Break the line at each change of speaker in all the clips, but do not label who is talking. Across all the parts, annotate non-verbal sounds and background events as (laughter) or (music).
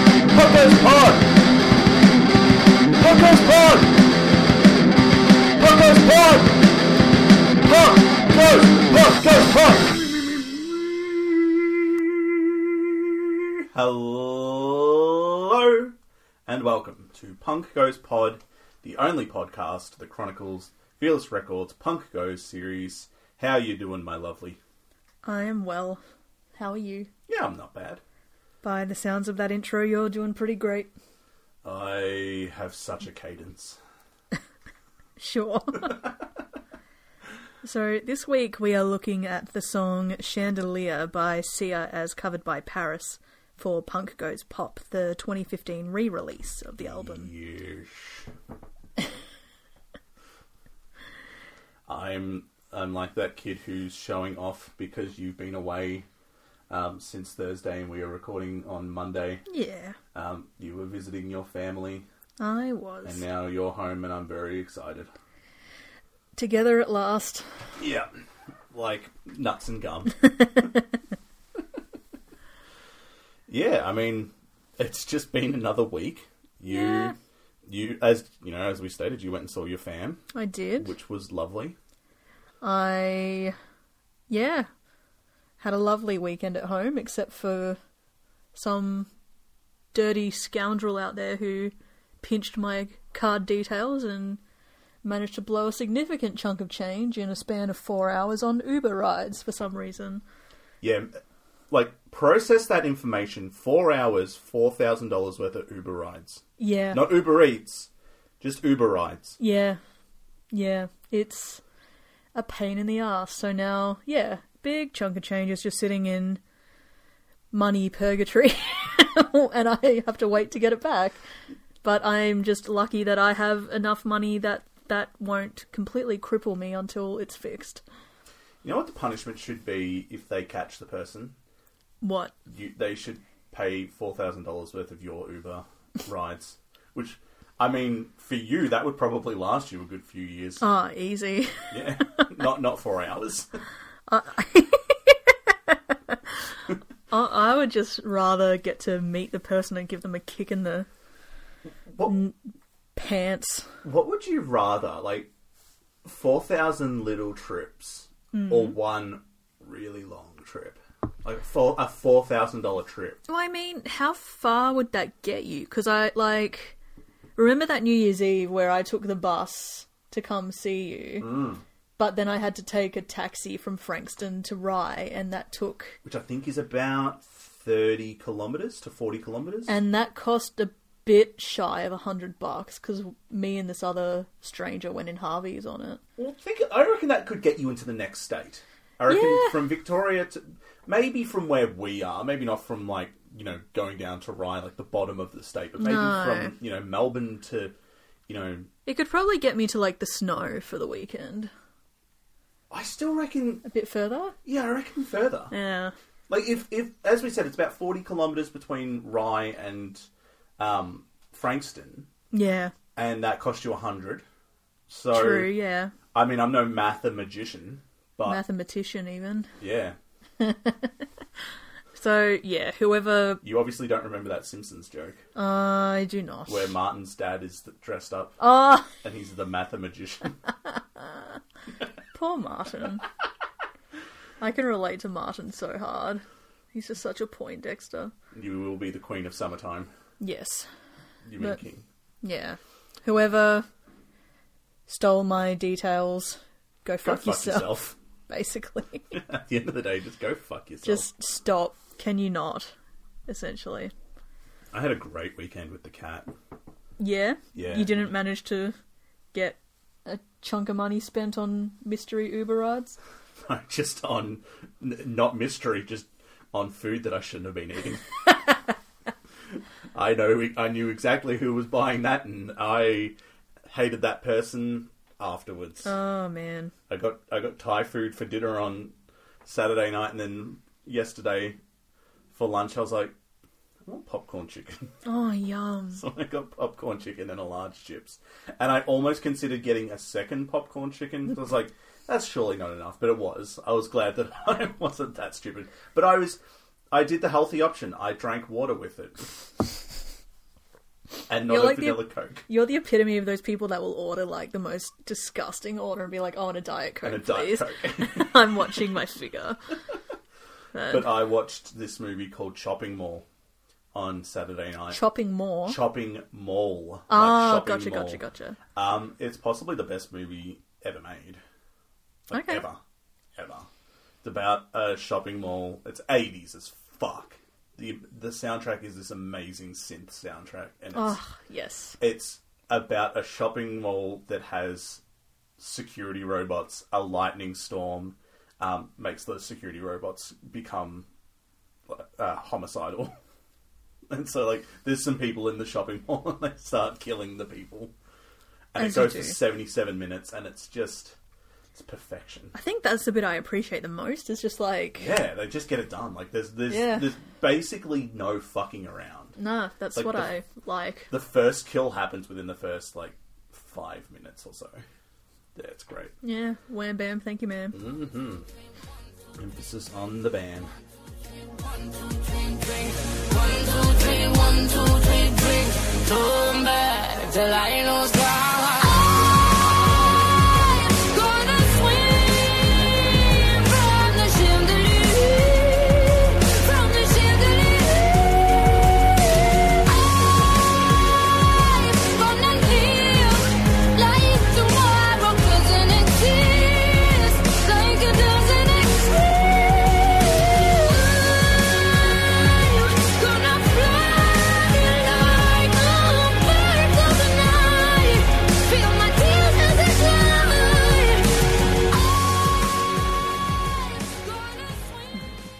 Hookers Pod! Hookers Pod! Hookers Pod! Hookers, Hookers Pod!
Hello and welcome to Punk Goes Pod, the only podcast that chronicles Fearless Records Punk Goes series. How you doing, my lovely?
I am well. How are you?
Yeah, I'm not bad.
By the sounds of that intro, you're doing pretty great. (laughs)
I have such a cadence.
(laughs) Sure. so, this week we are looking at the song Chandelier by Sia as covered by Paris for Punk Goes Pop, the 2015 re release of the album.
Yeesh. I'm I'm like that kid who's showing off because you've been away um, since Thursday and we are recording on Monday.
Yeah,
Um, you were visiting your family,
I was.
and now you're home, and I'm very excited.
Together at last.
Yeah, like nuts and gum. yeah, I mean, it's just been another week. You,
Yeah.
you, as you know, as we stated, you went and saw your fam,
I did.
which was lovely.
I. Yeah. Had a lovely weekend at home, except for some dirty scoundrel out there who pinched my card details and managed to blow a significant chunk of change in a span of four hours on Uber rides for some reason.
Yeah, like process that information. Four hours, four thousand dollars worth of Uber rides,
Yeah.
not Uber Eats, just Uber rides.
Yeah. Yeah. It's a pain in the ass. So now, yeah, big chunk of change is just sitting in money purgatory (laughs) and I have to wait to get it back. But I'm just lucky that I have enough money that that won't completely cripple me until it's fixed.
You know what the punishment should be if they catch the person?
What?
you, they should pay four thousand dollars worth of your Uber rides. (laughs) Which, I mean, for you, that would probably last you a good few years.
Ah, easy. (laughs)
Yeah, (laughs) not not four hours.
I, I would just rather get to meet the person and give them a kick in the
What
pants.
what would you rather, like four thousand little trips
Hmm.
or one really long trip? Like for a four thousand dollar trip.
Well, I mean, how far would that get you? Because I like remember that New Year's Eve where I took the bus to come see you, but then I had to take a taxi from Frankston to Rye, and that took
Which I think is about thirty kilometers to forty kilometers.
and that cost a bit shy of a hundred bucks because me and this other stranger went in Harvey's on it.
Well, think. I reckon that could get you into the next state. I reckon
Yeah.
from Victoria to maybe from where we are, maybe not from like you know going down to Rye, like the bottom of the state, but maybe
No.
from you know Melbourne to you know.
It could probably get me to like the snow for the weekend.
I still reckon.
A bit further?
Yeah, I reckon further.
Yeah.
Like if if as we said, it's about forty kilometers between Rye and um, Frankston,
Yeah.
and that cost you a hundred. So
True, yeah.
I mean, I'm no mathematician, but
Mathematician even.
yeah,
So yeah, whoever
you obviously don't remember that Simpsons joke.
I do not.
where Martin's dad is th- dressed up
Oh,
and he's the
(laughs)
mathematician.
poor Martin. I can relate to Martin so hard. He's just such a Poindexter.
you will be the queen of summertime.
Yes.
You mean
But-
king.
Yeah. Whoever stole my details, go
Go
fuck,
fuck,
yourself,
yourself.
(laughs)
(laughs)
Basically.
At the end of the day, just go fuck yourself.
just stop. Can you not? Essentially.
I had a great weekend with the cat.
Yeah?
Yeah.
You didn't manage to get a chunk of money spent on mystery Uber rides?
(laughs) just on, n- not mystery, just on food that I shouldn't have been eating. I know, e, I knew exactly who was buying that and I hated that person afterwards.
Oh, man.
I got I got Thai food for dinner on Saturday night, and then yesterday for lunch I was like, I want popcorn chicken.
Oh,
(laughs)
yum.
so I got popcorn chicken and a large chips, and I almost considered getting a second popcorn chicken. I was like, that's surely not enough, but it was. I was glad that (laughs) I wasn't that
(laughs)
stupid, but I was. I did the healthy option. I drank water with it. and not
You're
a
like the-
vanilla Coke
You're the epitome of those people that will order like the most disgusting order and be like, "I want a diet coke,
and a
please."
Diet Coke.
(laughs)
(laughs)
I'm watching my figure.
but I watched this movie called Chopping Mall on Saturday night.
Chopping more.
Chopping Mall. like
ah,
shopping
gotcha,
mall.
gotcha, gotcha.
Um, it's possibly the best movie ever made. Like,
Okay.
Ever. Ever. It's about a shopping mall. It's 80s as fuck. The, the soundtrack is this amazing synth soundtrack, and it's,
Oh, yes.
it's about a shopping mall that has security robots. A lightning storm um, makes the security robots become uh, homicidal, (laughs) and so like there's some people in the shopping mall (laughs) and they start killing the people, and
As
it
Oh, you
goes
do.
for 77 minutes, and it's just it's
(laughs)
perfection.
I think that's the bit I appreciate the most. Is just like,
Yeah, they just get it done. Like there's there's
Yeah.
there's basically no fucking around.
nah, that's
Like
what
the-
I like.
The first kill happens within the first like five minutes or so. Yeah, it's great.
Yeah, wham bam, thank you, ma'am.
Mm-hmm. Emphasis on the ban.
Turn back the light on sky. Gonna swim from the chandelier, from the chandelier. I'm gonna live like tomorrow doesn't exist, like it doesn't exist. Gonna fly like a bird of the night, feel my tears as they fly.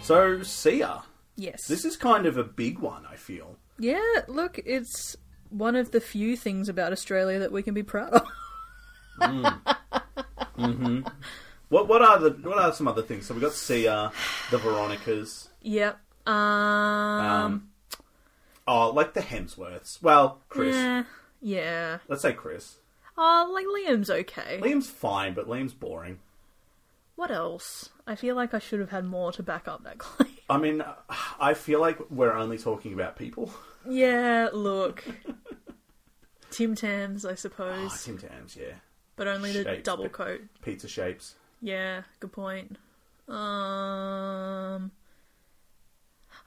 So Sia,
Yes.
this is kind of a big one. I feel.
Yeah, look, it's one of the few things about Australia that we can be proud of. (laughs)
What what are the what are some other things? So we got Sia, the Veronicas,
yep. Um,
um, oh like the Hemsworths. Well, Chris.
eh, yeah.
Let's say Chris.
Oh, like Liam's okay.
Liam's fine, but Liam's boring.
What else? I feel like I should have had more to back up that (laughs) claim.
I mean, I feel like we're only talking about people.
yeah, look. (laughs) Tim Tams, I
Oh,
suppose,
Tim Tams, yeah.
but only the
Shapes,
double
but-
coat.
Pizza shapes.
Yeah, good point. Um, I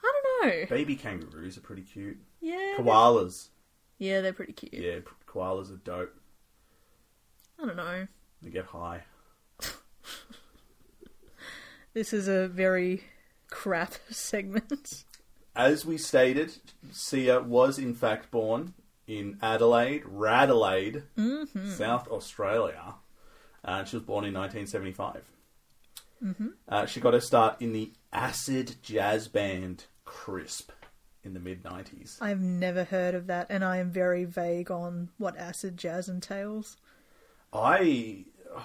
don't know.
Baby kangaroos are pretty cute.
Yeah,
Koalas.
yeah, they're pretty cute.
Yeah, p- koalas are dope.
I don't know.
They get high.
This is a very crap (laughs) segment.
As we stated, Sia was in fact born in Adelaide, Radelaide,
Mm-hmm.
South Australia. And she was born in 1975.
Mm-hmm.
Uh, she got her start in the acid jazz band Crisp in the mid 90s.
I've never heard of that, and I am very vague on what acid jazz entails.
I. (sighs)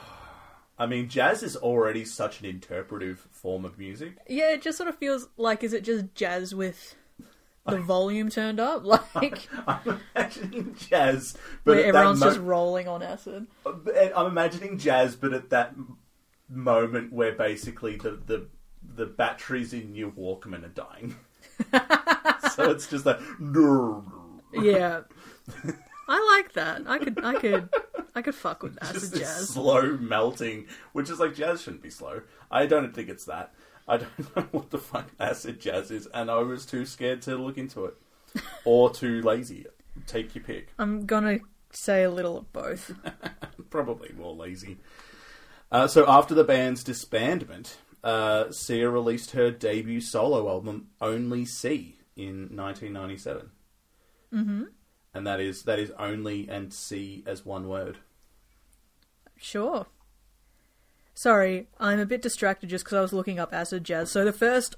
I mean, jazz is already such an interpretive form of music. (laughs)
Yeah, it just sort of feels like is it just jazz with
(laughs)
the volume turned up? (laughs) Like
I'm imagining jazz, but
where
at that
everyone's just
mo-
rolling
(laughs)
on acid.
I'm imagining jazz, but at that m- moment where basically the the the batteries in your Walkman are dying. so it's just like (laughs)
Yeah. I like that. I could I could I could fuck with
just
acid
this
jazz.
slow melting, which is like jazz shouldn't be slow. I don't think it's that. I don't (laughs) know what the fuck acid jazz is, and I was too scared to look into it or too lazy. Take your pick.
I'm gonna say a little of both.
probably more lazy. Uh, so after the band's disbandment, uh, Sia released her debut solo album "Only C" in 1997, mm-hmm. and that is that is only and C as one word.
Sure. Sorry, I'm a bit distracted just because I was looking up acid jazz. So the first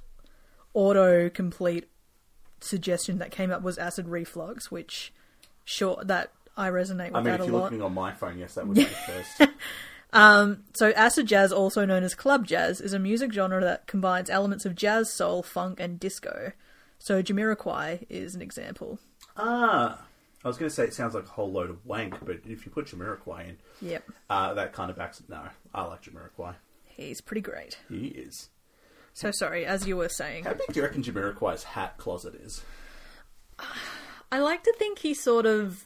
autocomplete suggestion that came up was acid reflux, which sure that I resonate with
I mean,
that
if
a
you're
lot.
looking on my phone, yes, that would be the
(laughs)
first.
So acid jazz, also known as club jazz, is a music genre that combines elements of jazz, soul, funk, and disco. So Jamiroquai is an example.
ah, I was going to say it sounds like a whole load of wank, but if you put Jamiroquai in,
Yep,
uh, that kind of backs it. No, I like Jamiroquai.
he's pretty great.
He is.
So sorry, as you were saying,
How big do you reckon Jamiroquai's hat closet is?
I I like to think he sort of,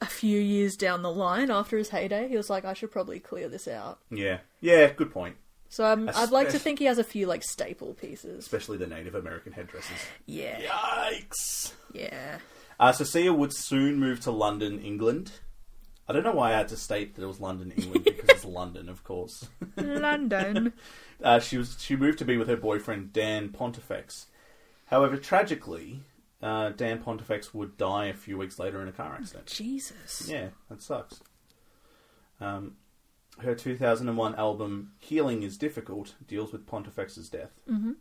a few years down the line after his heyday, he was like, I should probably clear this out.
Yeah, yeah, good point.
So I'm, I'd like to
Espec-
think he has a few like staple pieces.
Especially the Native American headdresses.
Yeah,
Yikes!
yeah.
Uh, Cecilia would soon move to London, England. I don't know why I had to state that it was London, England, because it's London, of course.
London.
Uh, she was she moved to be with her boyfriend Dan Pontifex. However, tragically, uh, Dan Pontifex would die a few weeks later in a car accident.
Jesus.
Yeah, that sucks. Um, her 2001 album "Healing Is Difficult" deals with Pontifex's death. Mm-hmm.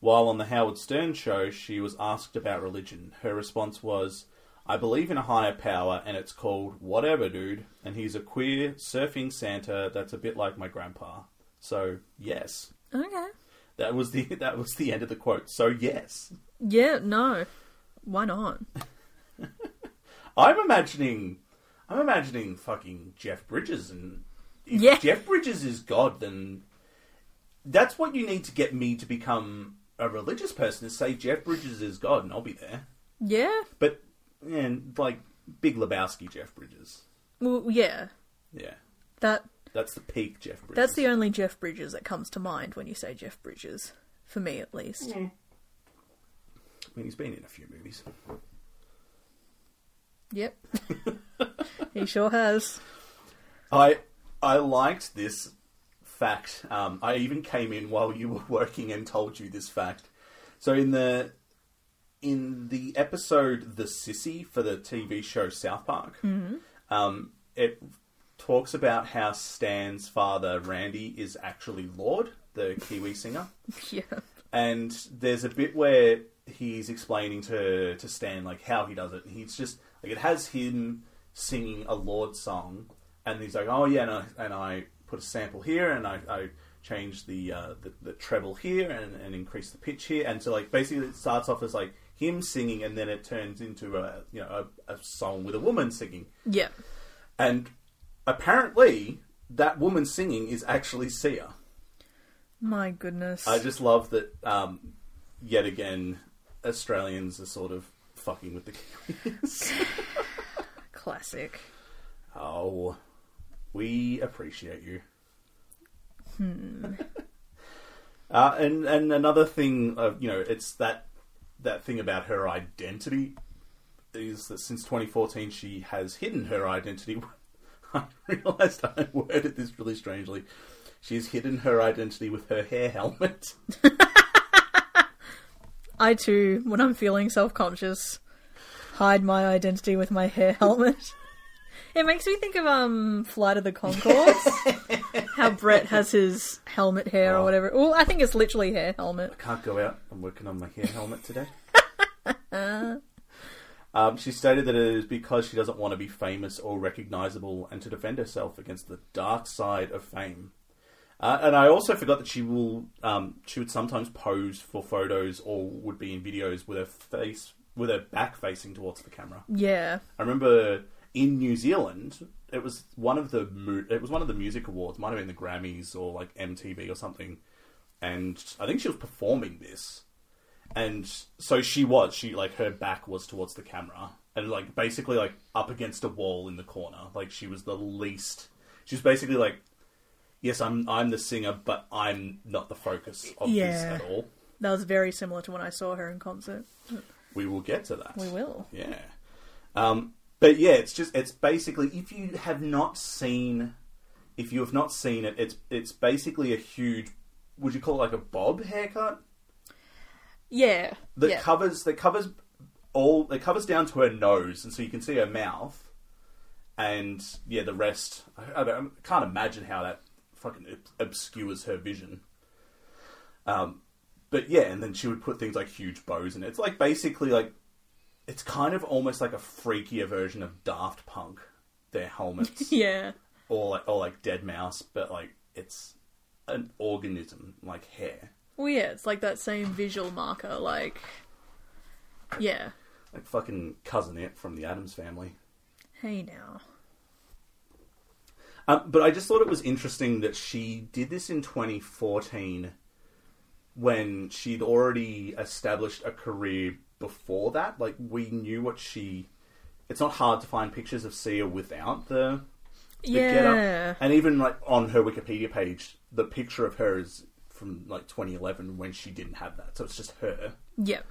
While on the Howard Stern show, she was asked about religion. Her response was, "I believe in a higher power, and it's called whatever, dude. And he's a queer surfing Santa that's a bit like my grandpa. So yes."
Okay.
That was the (laughs) that was the end of the quote. So yes,
Yeah, no. Why not?
I'm imagining, I'm imagining fucking Jeff Bridges, and if
Yeah.
Jeff Bridges is God, then that's what you need to get me to become a religious person. Is say Jeff Bridges is God, and I'll be there.
Yeah.
But and like Big Lebowski, Jeff Bridges,
Well, yeah.
yeah,
That
that's the peak Jeff Bridges.
that's the only Jeff Bridges that comes to mind when you say Jeff Bridges, for me at least.
I mean, he's been in a few movies.
(laughs) Yep. he sure has.
I I liked this fact. Um, I even came in while you were working and told you this fact. So in the in the episode "The Sissy" for the TV show South Park, um, it talks about how Stan's father Randy is actually Lord, the Kiwi singer.
Yeah.
And there's a bit where he's explaining to to Stan like how he does it. And he's just like it has him singing a Lord song, and he's like, "Oh yeah," and I, and I put a sample here, and I, I changed the, uh, the the treble here, and, and increased the pitch here, and so like basically it starts off as like him singing, and then it turns into a you know a, a song with a woman singing,
Yeah.
and apparently that woman singing is actually Sia.
My goodness.
I just love that. Um, yet again, Australians are sort of fucking with the (laughs) Kiwis.
Classic.
oh, we appreciate you. Hmm. (laughs) uh, and and another thing, uh, you know, it's that that thing about her identity is that since 2014 she has hidden her identity. (laughs) I realised I worded this really strangely. She's hidden her identity with her hair helmet. (laughs)
I too, when I'm feeling self conscious, hide my identity with my hair helmet. (laughs) It makes me think of um Flight of the (laughs) Concords. How Brett has his helmet hair or
Oh.
whatever. Well, I think it's literally hair helmet.
Can't go out. I'm working on my hair helmet today. um, she stated that it is because she doesn't want to be famous or recognizable and to defend herself against the dark side of fame. Uh, and I also forgot that she will um, she would sometimes pose for photos or would be in videos with her face with her back facing towards the camera.
Yeah.
I remember in New Zealand, it was one of the mu- it was one of the music awards, might have been the Grammys or like MTV or something. And I think she was performing this, and so she was she like her back was towards the camera and like basically like up against a wall in the corner. Like she was the least. She was basically like, yes, I'm I'm the singer, but I'm not the focus of this
Yeah.
at all.
That was very similar to when I saw her in concert.
We will get to that.
We will.
Yeah. Um, but yeah, it's just it's basically if you have not seen if you have not seen it, it's it's basically a huge would you call it like a bob haircut?
Yeah.
That
yeah.
covers that covers all that covers down to her nose and so you can see her mouth and yeah, the rest I, I, don't, I can't imagine how that fucking ob- obscures her vision. Um but yeah, and then she would put things like huge bows in it. It's like basically like it's kind of almost like a freakier version of Daft Punk, their
(laughs)
helmets,
yeah.
or like or like Dead Mouse, but like it's an organism like hair,
Well, yeah, it's like that same visual marker, like. Yeah.
like fucking cousin it from the Adams family.
Hey now.
Um, but I just thought it was interesting that she did this in 2014 when she'd already established a career before that. Like we knew what she. It's not hard to find pictures of Sia without the, the
yeah.
getup, and even like on her Wikipedia page, the picture of her is from like 2011 when she didn't have that, so it's just her.
Yep.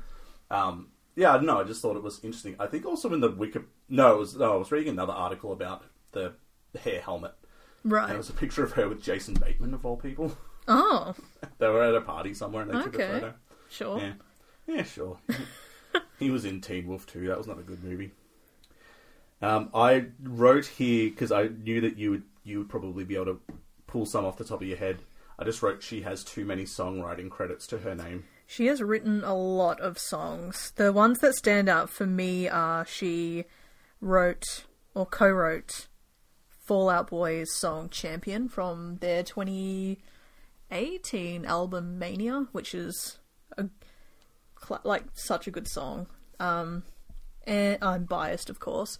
Um, yeah, I don't know. I just thought it was interesting. I think also in the wiki, no, it was no, I was reading another article about the hair helmet. And it
Right.
was a picture of her with Jason Bateman of all people. (laughs)
Oh,
they were at a party somewhere and they took a
Okay.
photo.
sure.
Yeah, yeah, sure. he was in Teen Wolf too. That was not a good movie. Um, I wrote here because I knew that you would you would probably be able to pull some off the top of your head. I just wrote she has too many songwriting credits to her name.
She has written a lot of songs. The ones that stand out for me are she wrote or co wrote Fallout Boy's song Champion from their 2018 album Mania, which is a, cla- like such a good song. Um, and I'm biased, of course.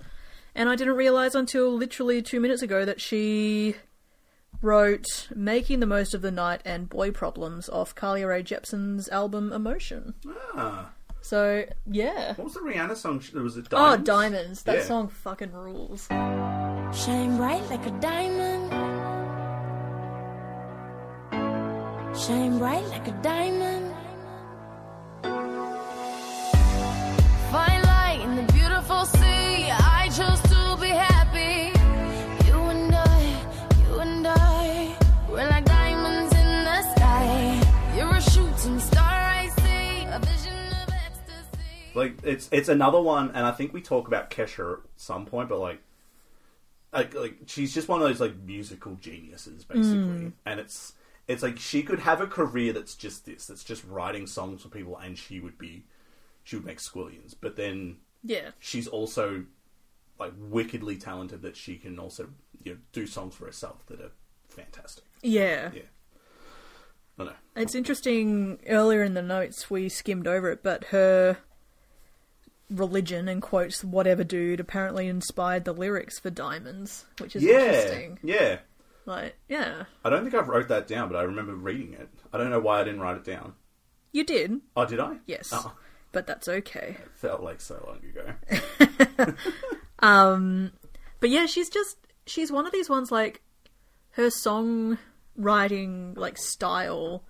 And I didn't realize until literally two minutes ago that she wrote Making the Most of the Night and Boy Problems off Carly Rae Jepsen's album Emotion.
Ah,
So, yeah.
what was the Rihanna song? It was it
Oh,
Diamonds?
Diamonds. That
Yeah.
song fucking rules.
Shine bright like a diamond. Shine bright like a diamond. Fine light in the beautiful sea. I chose to be happy. You and I, you and I, we're like diamonds in the sky. You're a shooting star, I see. A vision of ecstasy.
Like it's it's another one, and I think we talk about Kesha at some point, but like, like like she's just one of those like musical geniuses, basically. And it's it's like she could have a career that's just this, that's just writing songs for people, and she would be she would make squillions. But then
Yeah.
she's also like wickedly talented that she can also you know, do songs for herself that are fantastic.
Yeah.
Yeah, I don't know.
It's interesting, earlier in the notes we skimmed over it, but her religion, and quotes, whatever dude, apparently inspired the lyrics for Diamonds, which is
Yeah,
interesting.
yeah.
Like, yeah.
I don't think I've wrote that down, but I remember reading it. I don't know why I didn't write it down.
You did,
Oh, did I?
yes.
Oh,
But that's okay.
it felt like so long ago.
But yeah, she's just she's one of these ones like her song writing like style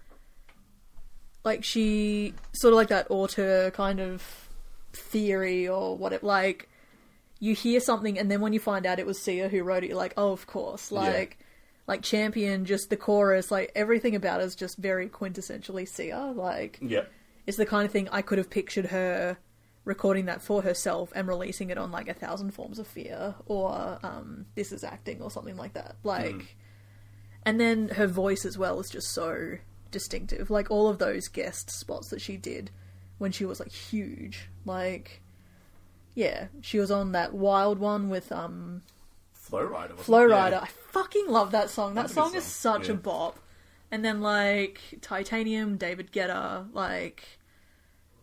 like she sort of like that auteur kind of theory or what it like you hear something and then when you find out it was Sia who wrote it you're like oh of course like like champion just the chorus like everything about it is just very quintessentially Sia like
yeah.
it's the kind of thing I could have pictured her recording that for herself and releasing it on like a thousand forms of fear or um, this is acting or something like that. Like, and then her voice as well is just so distinctive. Like all of those guest spots that she did when she was like huge. Like, yeah, she was on that wild one with um,
Flow Rider. wasn't
Flow
it?
Rider.
Yeah.
I fucking love that song. That
That's a good
song is
song.
such
Yeah.
a bop. And then like Titanium, David Guetta, like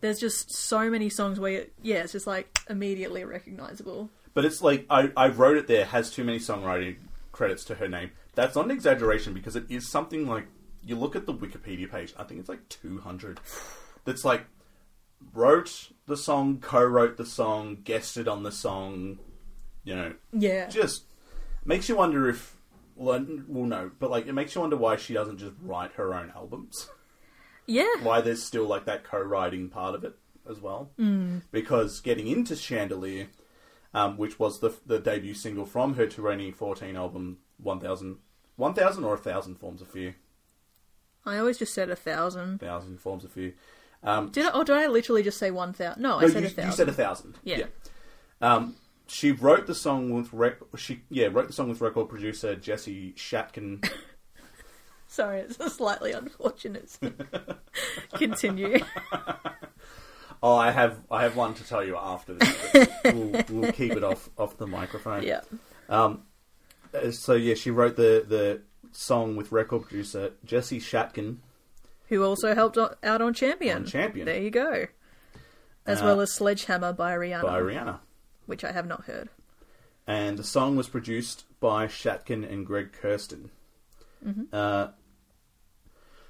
there's just so many songs where yeah, it's just like immediately recognizable.
But it's like, I, I wrote it there, has too many songwriting credits to her name. That's not an exaggeration because it is something like, you look at the Wikipedia page, I think it's like 200. (sighs) That's like, wrote the song, co wrote the song, guested on the song, you know,
Yeah.
just makes you wonder if well no but like it makes you wonder why she doesn't just write her own albums (laughs)
yeah.
why there's still like that co-writing part of it as well mm. because getting into chandelier um, which was the the debut single from her 2014 album 1000 1000 or 1000 forms of fear
I always just said a thousand.
1000 forms of fear um,
Did I or did I literally just say one thousand? No,
no,
I said
you,
a thousand.
you said a thousand
Yeah.
Um, she wrote the song with rec- she yeah wrote the song with record producer Jesse
(laughs)
Shatkin
Sorry, it's a slightly unfortunate.
(laughs)
Continue. (laughs)
Oh, I have I have one to tell you after this. we'll,
(laughs)
we'll keep it off off the microphone.
yeah.
Um. uh, So yeah, she wrote the the song with record producer Jesse Shatkin.
Who also helped o- out on Champion.
On Champion.
There you go. As
Uh,
well as Sledgehammer by Rihanna.
by Rihanna,
which I have not heard.
and the song was produced by Shatkin and Greg Kirsten.
Mm-hmm.
Uh,
Mm-hmm.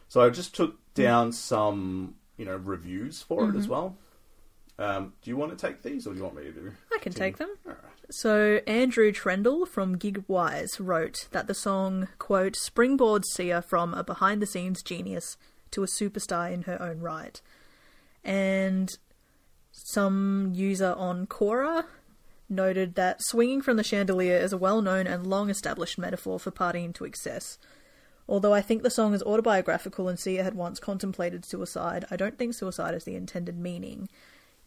so I just took down some you know reviews for it as well. Um, do you want to take these, or do you want me to do?
I can take them.
All right.
So Andrew Trendle from Gigwise wrote that the song, quote, springboards Sia from a behind the scenes genius to a superstar in her own right. And some user on Quora noted that swinging from the chandelier is a well known and long established metaphor for partying to excess. Although I think the song is autobiographical and Sia had once contemplated suicide, I don't think suicide is the intended meaning.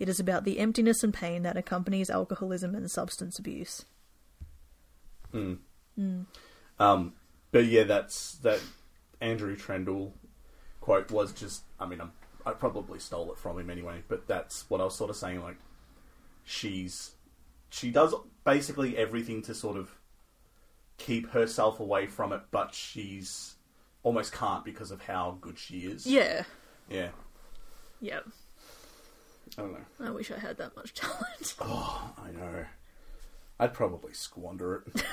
It is about the emptiness and pain that accompanies alcoholism and substance abuse.
Um, but yeah, that's that Andrew Trendle quote was just. I mean, I'm, I probably stole it from him anyway, but that's what I was sort of saying. Like, she's she does basically everything to sort of keep herself away from it, but she's almost can't because of how good she is.
Yeah.
yeah.
Yep.
I don't know.
I wish I had that much talent. (laughs)
I know. I'd probably squander
(laughs)
it.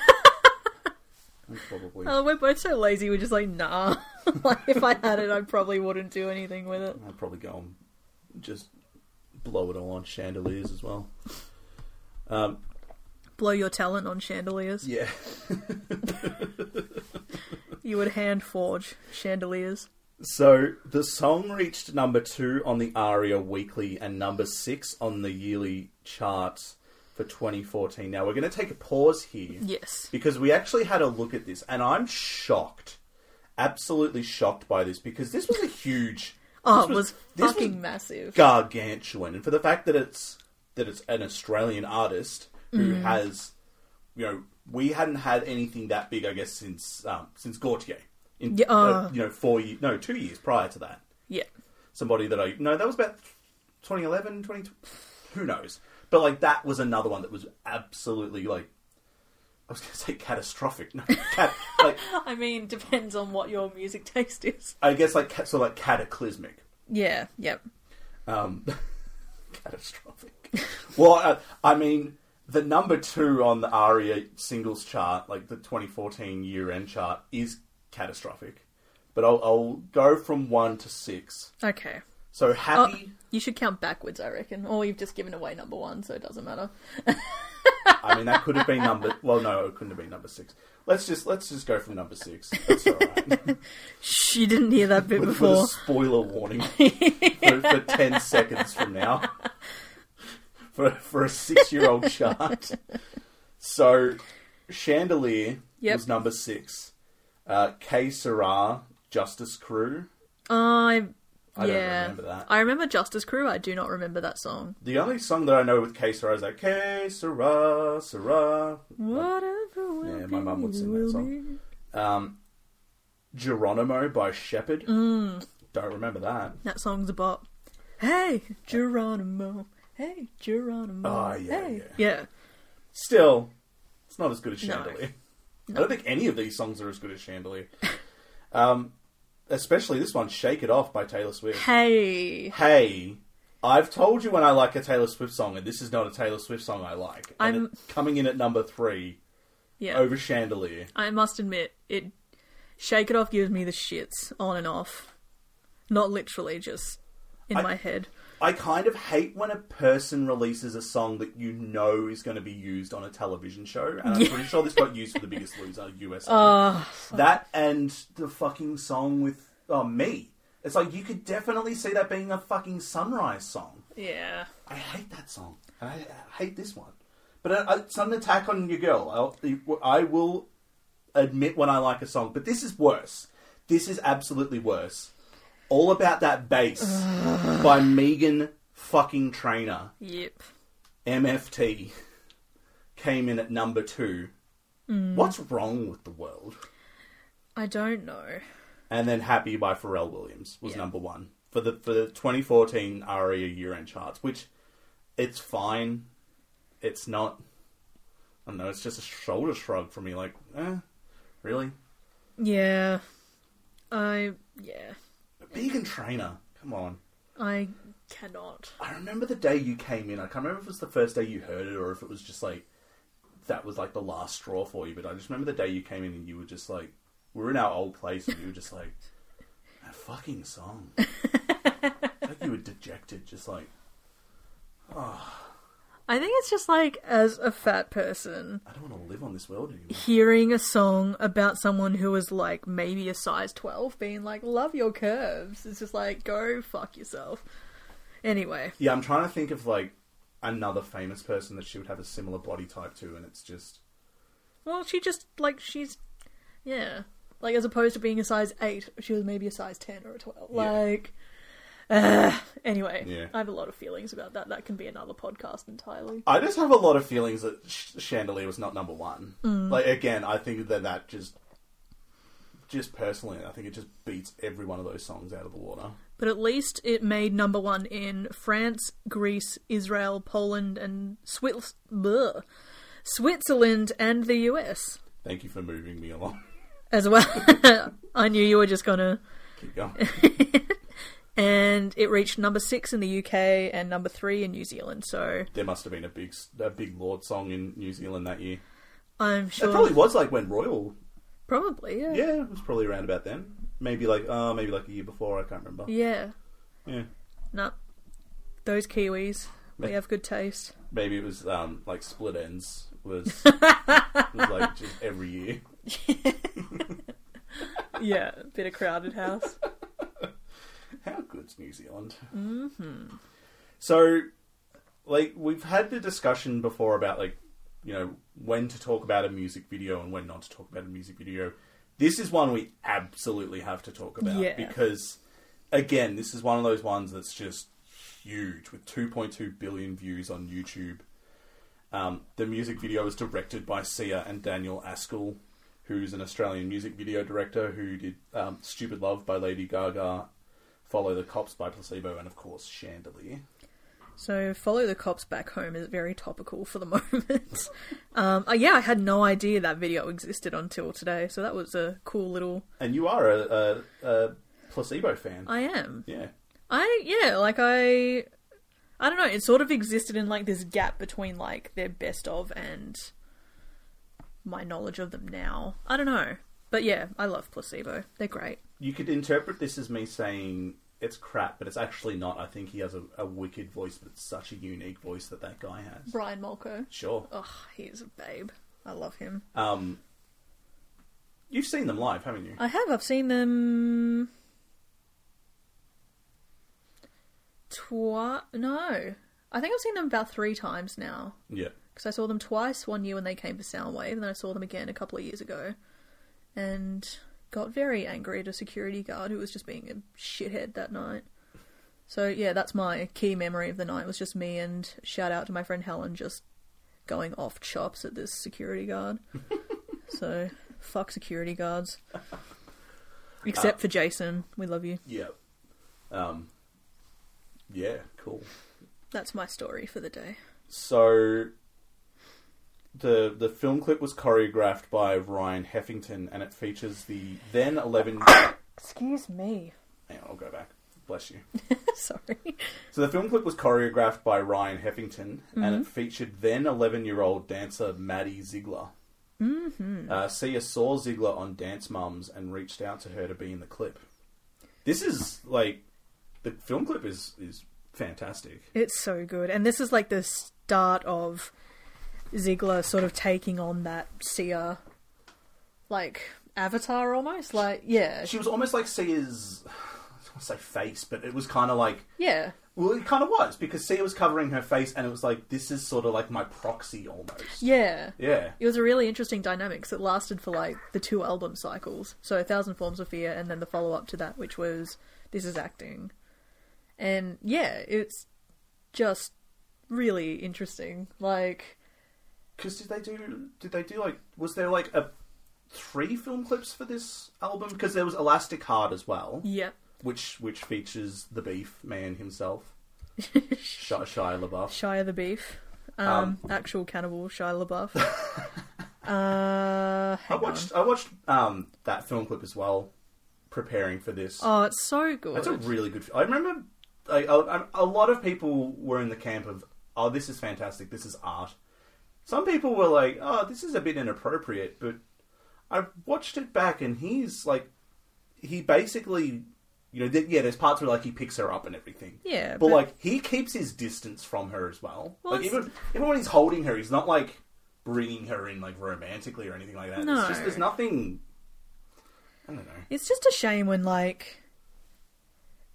I'd probably.
Oh, we're both so lazy. We're just like, nah. (laughs) like, if I had it, I probably wouldn't do anything with it.
I'd probably go and just blow it all on chandeliers as well. Um,
Blow your talent on chandeliers.
yeah.
You would hand forge chandeliers.
So the song reached number two on the ARIA Weekly and number six on the yearly chart for 2014. Now we're going to take a pause here
Yes.
because we actually had a look at this, and I'm shocked, absolutely shocked by this because this was a
(laughs)
huge.
Oh,
this
it was
this
fucking massive.
gargantuan, and for the fact that it's that it's an Australian artist who
Mm-hmm.
has, you know, we hadn't had anything that big, I guess, since um, since Gautier. In,
Yeah,
uh,
uh.
you know, four years, no, two years prior to that.
yeah.
Somebody that I no, that was about 2011, 20, who knows? But like that was another one that was absolutely like, I was going to (laughs) say catastrophic. No, cat, like
(laughs) I mean, depends on what your music taste is.
I guess like cat, sort of like cataclysmic.
Yeah. Yep.
um, catastrophic. well, uh, I, I mean, the number two on the ARIA singles chart, like the 2014 year end chart, is catastrophic. But I'll, I'll go from one to six.
Okay.
So
Oh,
happy.
you should count backwards, I reckon. Or you've just given away number one, so it doesn't matter.
I mean, that could have been number. Well, no, it couldn't have been number six. Let's just let's just go from number six. That's all right.
She didn't hear that bit
with, with
before.
a spoiler warning for, for 10 seconds from now for, for a six year old chart. So, Chandelier
Yep.
was number six. Uh, K. Sarah, Justice Crew.
I
I don't
yeah.
remember that.
I remember Justice Crew. I do not remember that song.
The only song that I know with K. Sarah is like, K. Sarah, Sarah.
Whatever will
Yeah, my
be,
mum would sing
will
that song.
be.
Um, Geronimo by Shepherd. Don't remember that.
That song's a bop. Hey Geronimo. Hey Geronimo.
Oh, yeah,
Hey.
yeah.
Yeah.
Still, it's not as good as
No.
Chandelier. I don't think any of these songs are as good as Chandelier.
(laughs)
um, especially this one, Shake It Off by Taylor Swift.
Hey.
Hey, I've told you when I like a Taylor Swift song, and this is not a Taylor Swift song I like. And
I'm-
it- coming in at number three
Yeah.
over Chandelier.
I must admit, it Shake It Off gives me the shits on and off. Not literally, just in
I-
my head.
I kind of hate when a person releases a song that you know is going to be used on a television show, and I'm pretty sure this got used for The Biggest Loser USA. that and the fucking song with oh, me. It's like you could definitely see that being a fucking sunrise song.
Yeah.
I hate that song. And I, I hate this one. But I, I, it's not an attack on your girl. I'll, I will admit when I like a song, but this is worse. This is absolutely worse. All about that bass by Megan fucking Trainer.
Yep.
MFT came in at number two. What's wrong with the world?
I don't know.
And then Happy by Pharrell Williams was
Yeah.
number one for the for the 2014 ARIA E year end charts, which it's fine. It's not. I don't know. It's just a shoulder shrug for me. Like, eh, really?
Yeah. I yeah.
Vegan trainer. Come on.
I cannot.
I remember the day you came in. I can't remember if it was the first day you heard it or if it was just like that was like the last straw for you. But I just remember the day you came in and you were just like, we were in our old place and you were just like, that fucking song. like you were dejected, just like,
I think it's just like, as a fat person,
I don't want to live on this world anymore.
hearing a song about someone who is like maybe a size 12 being like, love your curves. It's just like, go fuck yourself. Anyway,
Yeah, I'm trying to think of like another famous person that she would have a similar body type to, and it's just
well, she just, like, she's, yeah. Like, as opposed to being a size 8, she was maybe a size 10 or a 12.
Yeah.
Like, (sighs) ugh. anyway,
Yeah.
I have a lot of feelings about that. That can be another podcast entirely.
I just have a lot of feelings that Sh- Chandelier was not number one. Like again, I think that that just, just personally, I think it just beats every one of those songs out of the water.
But at least it made number one in France, Greece, Israel, Poland, and Swiss- bleh, Switzerland and the US
Thank you for moving me along. (laughs)
as well. (laughs) I knew you were just gonna.
Keep going. (laughs)
And it reached number six in the UK and number three in New Zealand. So
there must have been a big, s- a big Lord song in New Zealand that year.
I'm
It
sure,
probably
probably,
was like when Royal.
yeah.
Yeah, it was probably around about then. Maybe like, uh, maybe like a year before. I can't remember.
Yeah.
Yeah.
No, those Kiwis, we
Yeah.
have good taste.
Maybe it was um, like Split Ends was, was like just every year.
Yeah, bit of crowded house.
How good's New Zealand? Mm-hmm. So, like, we've had the discussion before about, like, you know, when to talk about a music video and when not to talk about a music video. This is one we absolutely have to talk about
Yeah.
because, again, this is one of those ones that's just huge with 2.2 billion views on YouTube. Um, the music video was directed by Sia and Daniel Askell, who's an Australian music video director who did um, Stupid Love by Lady Gaga, Follow the Cops by Placebo, and of course Chandelier.
So, Follow the Cops Back Home is very topical for the (laughs) moment. um, uh, yeah, I had no idea that video existed until today, so that was a cool little.
And you are a, a, a Placebo fan.
I am.
yeah.
I, yeah, like I. I don't know, it sort of existed in like this gap between like their best of and my knowledge of them now. I don't know. But yeah, I love placebo. They're great.
You could interpret this as me saying it's crap, but it's actually not. I think he has a, a wicked voice, but it's such a unique voice that that guy has.
Brian Molko.
Sure.
Oh, he's a babe. I love him.
Um, you've seen them live, haven't you?
I have. I've seen them twice. No, I think I've seen them about three times now.
yeah.
Because I saw them twice one year when they came to Soundwave, and then I saw them again a couple of years ago, and got very angry at a security guard who was just being a shithead that night. So yeah, that's my key memory of the night. Was just me and shout out to my friend Helen just going off chops at this security guard. (laughs) so fuck security (laughs) guards. Except for Jason, we love you.
Yeah. Um, yeah, cool.
That's my story for the day.
So the the film clip was choreographed by Ryan Heffington and it features the then 11 Hang
Excuse me.
on, I'll go back. Bless you.
(laughs) Sorry.
So the film clip was choreographed by Ryan Heffington and it featured then 11-year-old dancer Maddie Ziegler. Mm-hmm. Uh, Sia saw Ziegler on Dance Mums and reached out to her to be in the clip. This is like the film clip is is fantastic.
It's so good. And this is like the start of Ziggler sort of taking on that Sia like avatar almost. Like yeah.
She was almost like Sia's, I don't want to say face, but it was kind of like,
Yeah.
well, it kind of was because Sia was covering her face, and it was like this is sort of like my proxy almost.
Yeah.
Yeah.
It was a really interesting dynamic 'cause it lasted for like the two album cycles. So A Thousand Forms of Fear and then the follow up to that which was This is Acting. And yeah, it's just really interesting. Like
Because did they do? Did they do like? Was there like a three film clips for this album? Because there was Elastic Heart as well,
yeah.
which which features the Beef Man himself, Sh- Shia LaBeouf.
Shia the Beef. Um, actual cannibal Shia
(laughs)
LaBeouf. uh,
I
hang
watched I watched um that film clip as well, preparing for this.
on. Oh, it's so good.
That's a really good. I remember like, a, a- a lot of people were in the camp of, "Oh, this is fantastic. This is art." Some people were like, "Oh, this is a bit inappropriate," but I watched it back, and he's like, he basically you know, th- yeah, there's parts where like he picks her up and everything.
Yeah,
but,
but-
like he keeps his distance from her as well.
Well,
like
it's-
even even when he's holding her, he's not like bringing her in like romantically or anything like that.
No.
It's just there's nothing. I don't know.
It's just a shame when, like,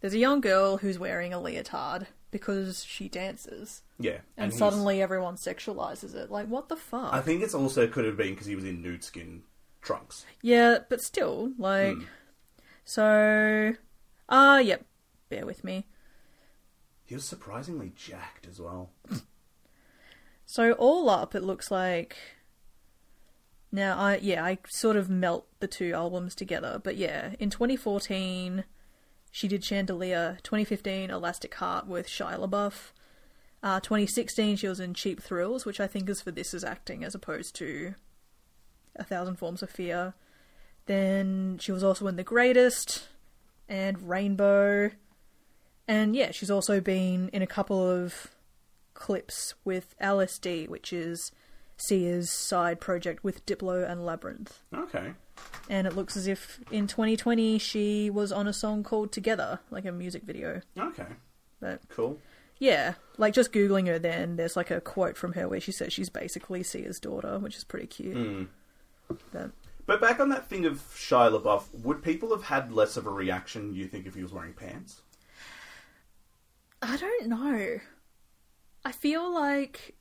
there's a young girl who's wearing a leotard because she dances,
Yeah,
and,
he's-
suddenly everyone sexualizes it. Like, what the fuck?
I think it's also could have been because he was in nude skin trunks.
Yeah, but still, like,
Hmm.
so, ah, yep, bear with me.
He was surprisingly jacked as well.
So all up, it looks like. Now I yeah I sort of melt the two albums together, but yeah, in 2014, she did Chandelier. 2015, Elastic Heart with Shia LaBeouf. Uh, 2016, she was in Cheap Thrills, which I think is for This Is Acting as opposed to A Thousand Forms of Fear. Then she was also in The Greatest and Rainbow. And yeah, she's also been in a couple of clips with LSD, which is Sia's side project with Diplo and Labyrinth.
Okay.
And it looks as if in 2020 she was on a song called Together, like a music video.
Okay.
But
Cool.
yeah, like just Googling her then, there's like a quote from her where she says she's basically Sia's daughter, which is pretty cute.
Hmm.
But
But back on that thing of Shia LaBeouf, would people have had less of a reaction, you think, if he was wearing pants?
I don't know. I feel like,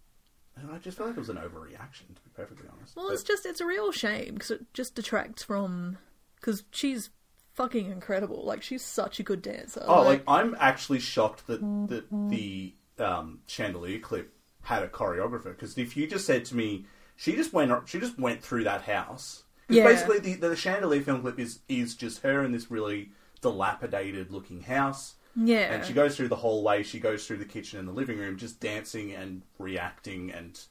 And I just feel like it was an overreaction, to be perfectly honest.
well, it's
But-
just, it's a real shame because it just detracts from, because she's fucking incredible. Like, she's such a good dancer.
Oh, like, I'm actually shocked that, that the um, chandelier clip had a choreographer, because if you just said to me, she just went, she just went through that house. 'Cause
Yeah.
basically the, the chandelier film clip is, is just her in this really dilapidated looking house.
yeah.
And she goes through the hallway, she goes through the kitchen and the living room, just dancing and reacting and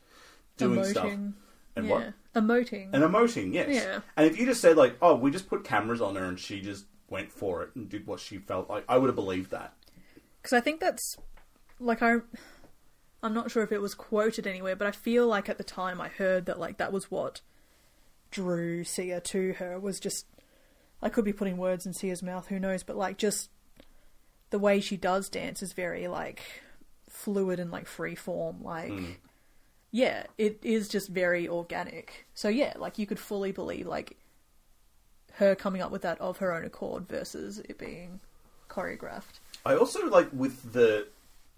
doing stuff.
Emoting.
And
yeah.
what?
Emoting.
And emoting, yes.
Yeah.
And if you just said, like, oh, we just put cameras on her and she just went for it and did what she felt like, I would have believed that.
Because I think that's like I, I'm not sure if it was quoted anywhere, but I feel like at the time I heard that like that was what drew Sia to her was just. I could be putting words in Sia's mouth, who knows? But like just the way she does dance is very like fluid and like free form, like. Yeah, it is just very organic. So yeah, like you could fully believe like her coming up with that of her own accord versus it being choreographed.
I also like with the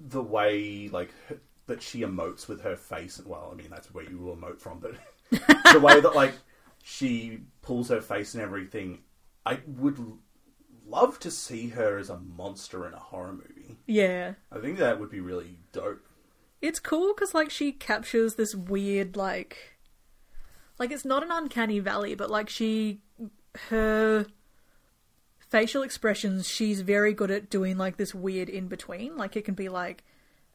the way like her, that she emotes with her face. Well, I mean that's where you will emote from,
(laughs)
but the way that like she pulls her face and everything. I would l- love to see her as a monster in a horror movie.
Yeah.
I think that would be really dope.
it's cool because like she captures this weird like like it's not an uncanny valley but like she her facial expressions she's very good at doing like this weird in between like it can be like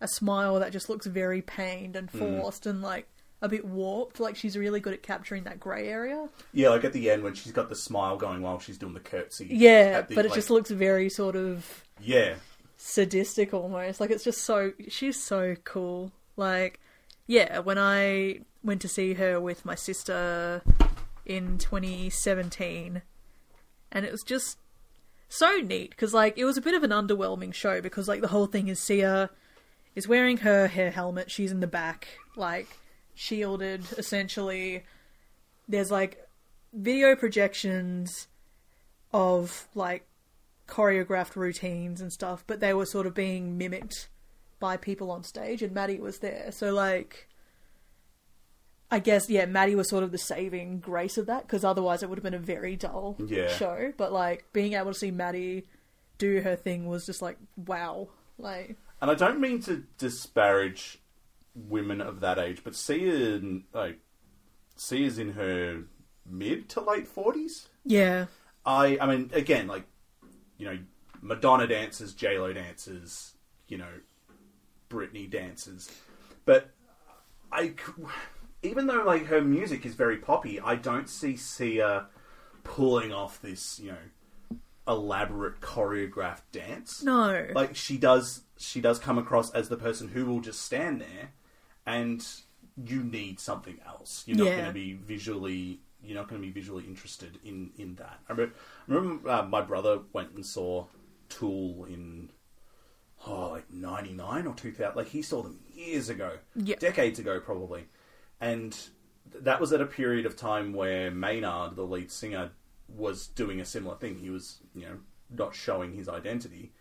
a smile that just looks very pained and
Hmm.
forced and like a bit warped like she's really good at capturing that gray area
Yeah, like at the end when she's got the smile going while she's doing the curtsy.
yeah
at the,
but it
like-
just looks very sort of
yeah.
sadistic almost. Like it's just so she's so cool. Like yeah, when I went to see her with my sister in 2017 and it was just so neat cuz like it was a bit of an underwhelming show because like the whole thing is Sia is wearing her hair helmet, she's in the back like shielded essentially. There's like video projections of like choreographed routines and stuff, but they were sort of being mimicked by people on stage, and Maddie was there. So, like, I guess, yeah, Maddie was sort of the saving grace of that, because otherwise it would have been a very dull
Yeah.
show. But, like, being able to see Maddie do her thing was just like, wow. Like,
And I don't mean to disparage women of that age, but Sia, like, Sia's in her mid to late forties.
yeah.
I, I mean, again, like, you know, Madonna dances, J Lo dances, you know, Britney dances, but I, c- even though like her music is very poppy, I don't see Sia pulling off this, you know, elaborate choreographed dance
No.
like she does she does come across as the person who will just stand there and you need something else you're not
Yeah.
going to be visually you're not going to be visually interested in in that i remember, I remember uh, my brother went and saw Tool in oh like ninety nine or two thousand. Like he saw them years ago,
Yeah.
decades ago probably, and th- that was at a period of time where Maynard, the lead singer, was doing a similar thing. He was you know not showing his identity.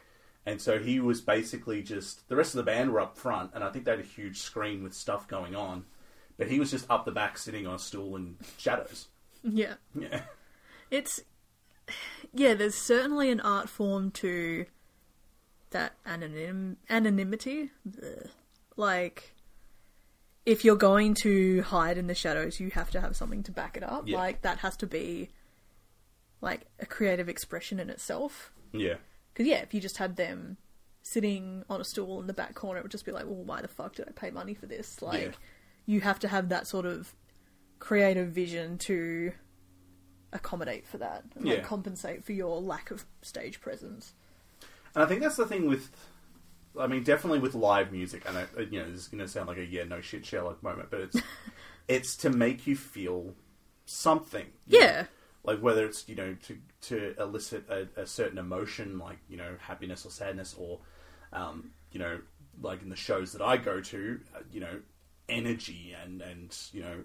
And so he was basically just the rest of the band were up front, and I think they had a huge screen with stuff going on, but he was just up the back sitting on a stool in shadows. (laughs)
Yeah.
Yeah.
It's yeah, there's certainly an art form to that anonym anonymity. Blech. Like if you're going to hide in the shadows, you have to have something to back it up.
Yeah.
Like that has to be like a creative expression in itself.
Yeah.
Cuz yeah, if you just had them sitting on a stool in the back corner, it would just be like, "Well, why the fuck did I pay money for this?" Like you have to have that sort of creative vision to accommodate for that and
Yeah.
like compensate for your lack of stage presence.
And I think that's the thing with, I mean, definitely with live music. And I, uh, you know, this is going to sound like a yeah, no shit, Sherlock moment, but it's it's to make you feel something. you
Yeah.
know? Like whether it's you know to to elicit a, a certain emotion, like you know happiness or sadness, or um, you know like in the shows that I go to, uh, you know energy and and you know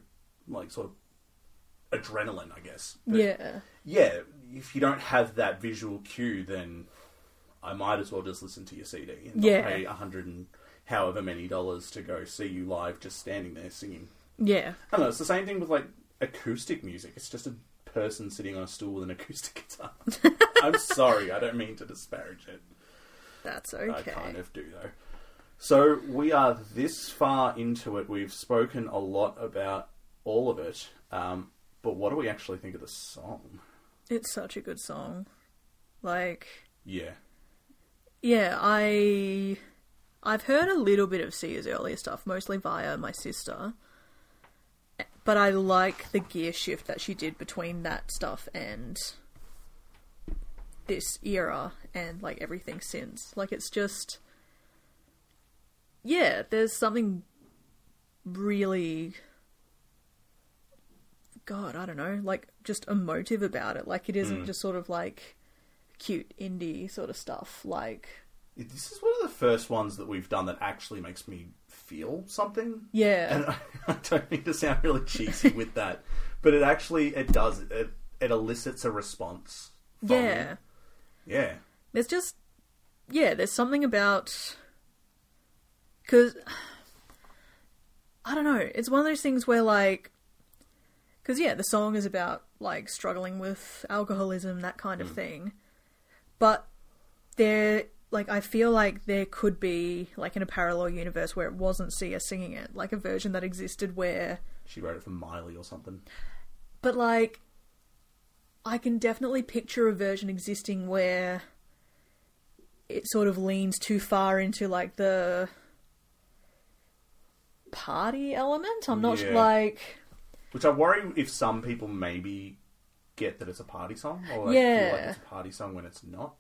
like sort of adrenaline, I guess. But-
yeah.
yeah, if you don't have that visual cue, then I might as well just listen to your CD and not
Yeah.
pay a hundred and however many dollars to go see you live, just standing there singing.
Yeah.
I don't know. It's the same thing with like acoustic music. It's just a person sitting on a stool with an (laughs) acoustic
(laughs)
guitar. I'm sorry, I don't mean to disparage it.
That's
I
okay.
kind of do though. So we are this far into it. We've spoken a lot about all of it, um, but what do we actually think of the song?
It's such a good song. Like
Yeah,
yeah, I I've heard a little bit of Sia's earlier stuff, mostly via my sister. But I like the gear shift that she did between that stuff and this era and like everything since. Like it's just Yeah, there's something really God, I don't know, like just emotive about it. Like it isn't just sort of like cute indie sort of stuff. Like
This is one of the first ones that we've done that actually makes me feel something.
Yeah.
And (laughs) I, I don't mean to sound really cheesy with that, but it actually it does it it elicits a response. From
yeah.
me. yeah,
There's just yeah, there's something about cuz I don't know. It's one of those things where like cuz yeah, the song is about like struggling with alcoholism, that kind of thing. But there like I feel like there could be like in a parallel universe where it wasn't Sia singing it, like a version that existed where
she wrote it for Miley or something.
But like, I can definitely picture a version existing where it sort of leans too far into like the party element. I'm not
Yeah.
like,
Which I worry if some people maybe get that it's a party song or like, feel like
Yeah.
it's a party song when it's not.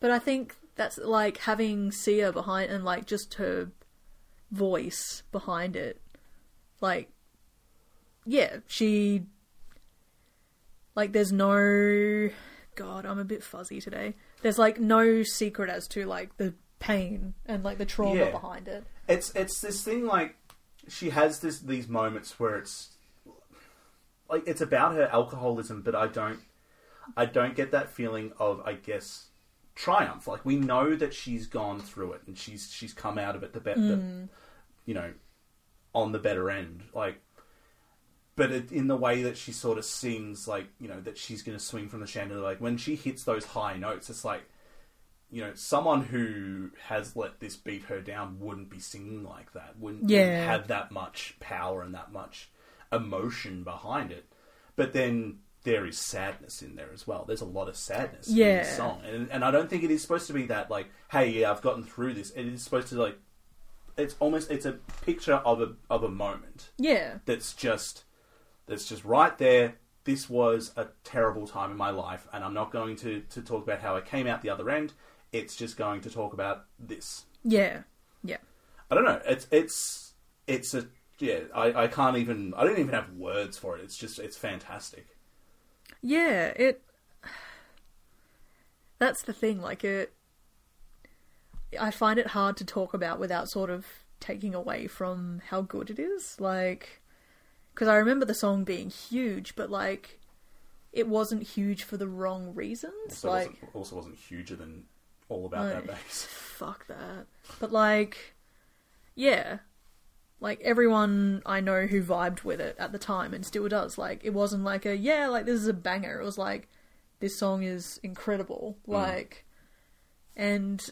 but I think that's like having Sia behind and like just her voice behind it. Like, yeah, she. Like, there's no. God, I'm a bit fuzzy today. There's like no secret as to like the pain and like the trauma
Yeah.
behind it.
it's it's this thing like she has this these moments where it's like it's about her alcoholism but i don't i don't get that feeling of i guess triumph like we know that she's gone through it and she's she's come out of it the better you know on the better end like but it, in the way that she sort of sings like you know that she's going to swing from the chandelier like when she hits those high notes it's like you know, someone who has let this beat her down wouldn't be singing like that, wouldn't, wouldn't
Yeah.
have that much power and that much emotion behind it. But then there is sadness in there as well. There's a lot of sadness in
Yeah.
this song. And, and I don't think it is supposed to be that, like, hey, yeah, I've gotten through this. It is supposed to, like, it's almost, it's a picture of a, of a moment
Yeah.
that's just that's just right there. This was a terrible time in my life, and I'm not going to, to talk about how I came out the other end. It's just going to talk about this.
Yeah. Yeah.
I don't know. It's it's it's a yeah. I, I can't even. I don't even have words for it. It's just it's fantastic.
Yeah, it. That's the thing. Like it, I find it hard to talk about without sort of taking away from how good it is. Like, because I remember the song being huge, but like, it wasn't huge for the wrong reasons.
So
like,
wasn't, also wasn't huger than all about that
Right.
bass.
fuck that. But like, yeah, like everyone I know who vibed with it at the time and still does. Like, it wasn't like a yeah, like this is a banger. It was like this song is incredible. Like, and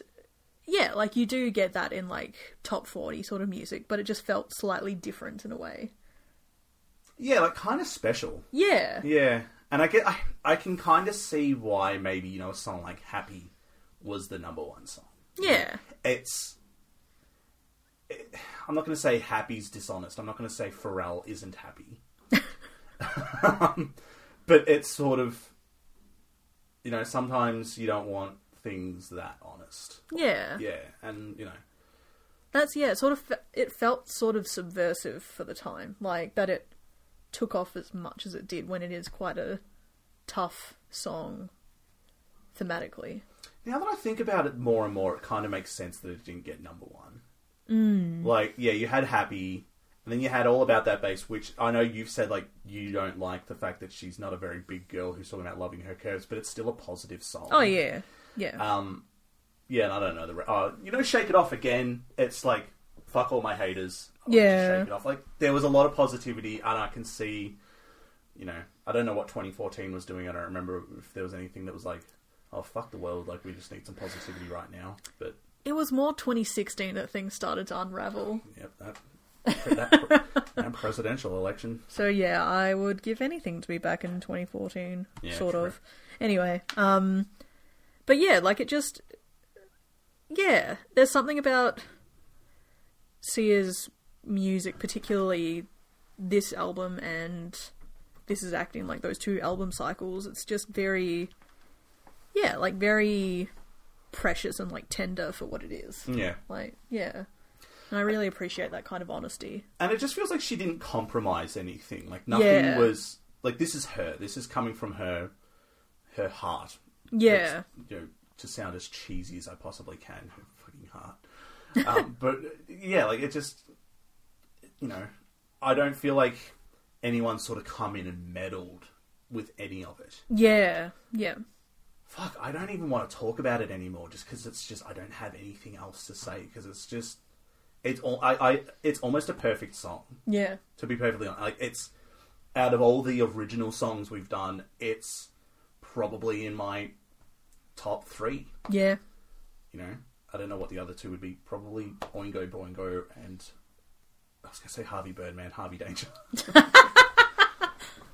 yeah, like you do get that in like top forty sort of music, but it just felt slightly different in a way.
Yeah, like kind of special.
Yeah,
Yeah, and I get I, I can kind of see why maybe you know a song like Happy was the number one song.
yeah,
It's it- I'm not going to say Happy's dishonest. I'm not going to say Pharrell isn't happy. um, but it's sort of you know sometimes you don't want things that honest.
yeah.
Yeah, and you know
That's yeah. It sort of fe- it felt sort of subversive for the time, like that it took off as much as it did when it is quite a tough song thematically.
Now that I think about it more and more, it kind of makes sense that it didn't get number one. Mm. Like, yeah, you had Happy, and then you had All About That Bass, which I know you've said, like, you don't like the fact that she's not a very big girl who's talking about loving her curves, but it's still a positive song.
Oh yeah, yeah,
Um, yeah, and I don't know. the re- uh, You know, Shake It Off again, it's like, fuck all my haters. I like to
Yeah.
Shake It Off. Like, there was a lot of positivity, and I can see, you know, I don't know what 2014 was doing. I don't remember if there was anything that was like, oh, fuck the world. Like, we just need some positivity right now. But,
it was more 2016 that things started to unravel.
yep, that, that,
(laughs)
that presidential election.
So yeah, I would give anything to be back in 2014,
Yeah,
sort
true.
of. Anyway, um, but yeah, like it just, yeah, there's something about Sia's music, particularly this album and this is acting like those two album cycles. It's just very, yeah, like very precious and like tender for what it is.
Yeah.
Like yeah, and I really appreciate that kind of honesty.
and it just feels like she didn't compromise anything. Like nothing
Yeah.
was like this is her. This is coming from her, her heart.
Yeah.
It's, you know, to sound as cheesy as I possibly can, her fucking heart. Um, but yeah, like it just, you know, I don't feel like anyone sort of come in and meddled with any of it.
Yeah, yeah.
Fuck, I don't even want to talk about it anymore, just because it's just I don't have anything else to say because it's just. It's all I, I. It's almost a perfect song.
Yeah.
to be perfectly honest. Like it's out of all the original songs we've done, it's probably in my top three.
Yeah.
You know, I don't know what the other two would be. Probably Oingo Boingo and I was gonna say Harvey Birdman, Harvey Danger.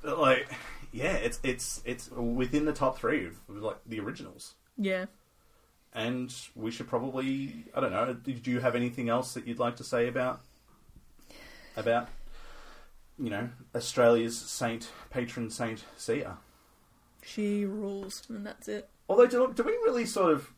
But, like, yeah, it's it's it's within the top three of like the originals.
Yeah.
And we should probably I don't know. Do you have anything else that you'd like to say about about you know Australia's saint patron saint Sia?
She rules, and that's it.
Although do, do we really sort of?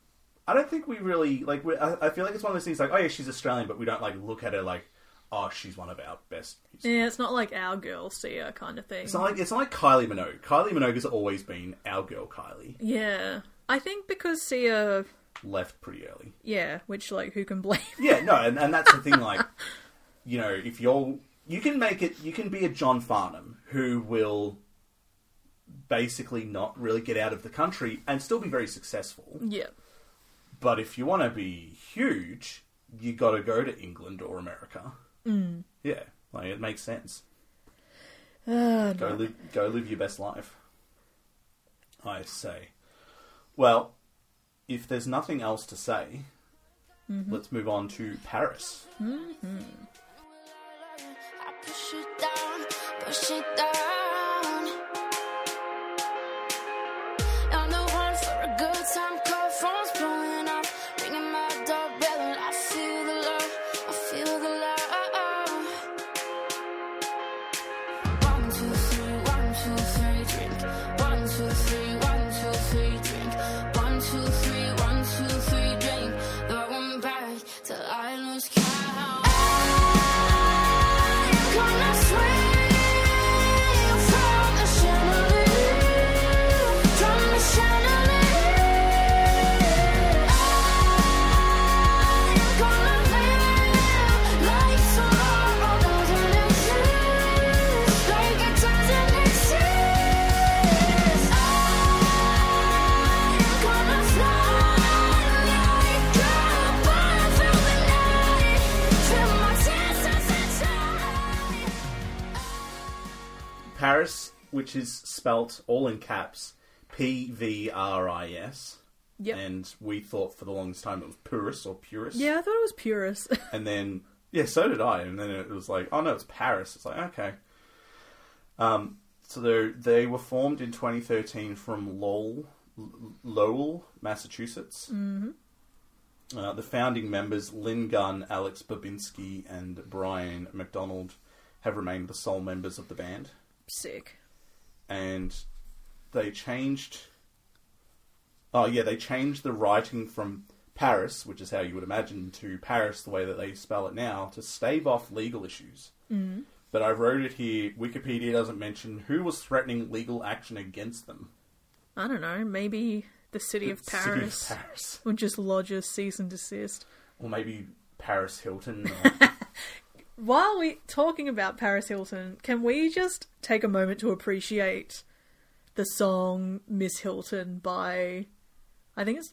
I don't think we really like. we I, I feel like it's one of those things like oh yeah she's Australian, but we don't like look at her like oh she's one of our best. musicians.
Yeah, it's not like our girl see her kind of thing.
It's not like it's not like Kylie Minogue. Kylie Minogue has always been our girl. Kylie
yeah. I think because Sia,
left pretty early.
yeah, which, like, who can blame? (laughs)
Yeah, no, and, and that's the thing. Like, you know, if you're, you can make it. You can be a John Farnham who will basically not really get out of the country and still be very successful.
yeah.
But if you want to be huge, you got to go to England or America. Mm. Yeah, like it makes sense.
Uh,
Go live, go live your best life. I say. Well, if there's nothing else to say, let's move on to Paris.
I push it down, push it down. On the one for a good time, call phones blowing up, ringing my doorbell, and I feel the love, I feel the love. One two three, one two three, drink. One two three, one two three, drink. One two three, one two three, drink. Going back till I lose count. Gonna swing.
Paris, which is spelt all in caps, P V R I S.
Yep.
And we thought for the longest time it was Puris or Puris.
yeah, I thought it was Purus.
And then, yeah, so did I. And then it was like, oh no, it's Paris. It's like, okay. Um, so they they were formed in 2013 from Lowell, Lowell Massachusetts. Mm-hmm. Uh, the founding members, Lynn Gunn, Alex Babinski, and Brian McDonald, have remained the sole members of the band.
(laughs) Sick.
And they changed. Oh, yeah, they changed the writing from Paris, which is how you would imagine, to Paris, the way that they spell it now, to stave off legal issues.
Mm-hmm.
Mm. But I wrote it here. Wikipedia doesn't mention who was threatening legal action against them.
I don't know. Maybe the city of
The city of
Paris
Paris.
would just lodge a cease and desist.
Or maybe Paris
(laughs)
Hilton. Or,
While we're talking about Paris Hilton, can we just take a moment to appreciate the song Miss Hilton by, I think it's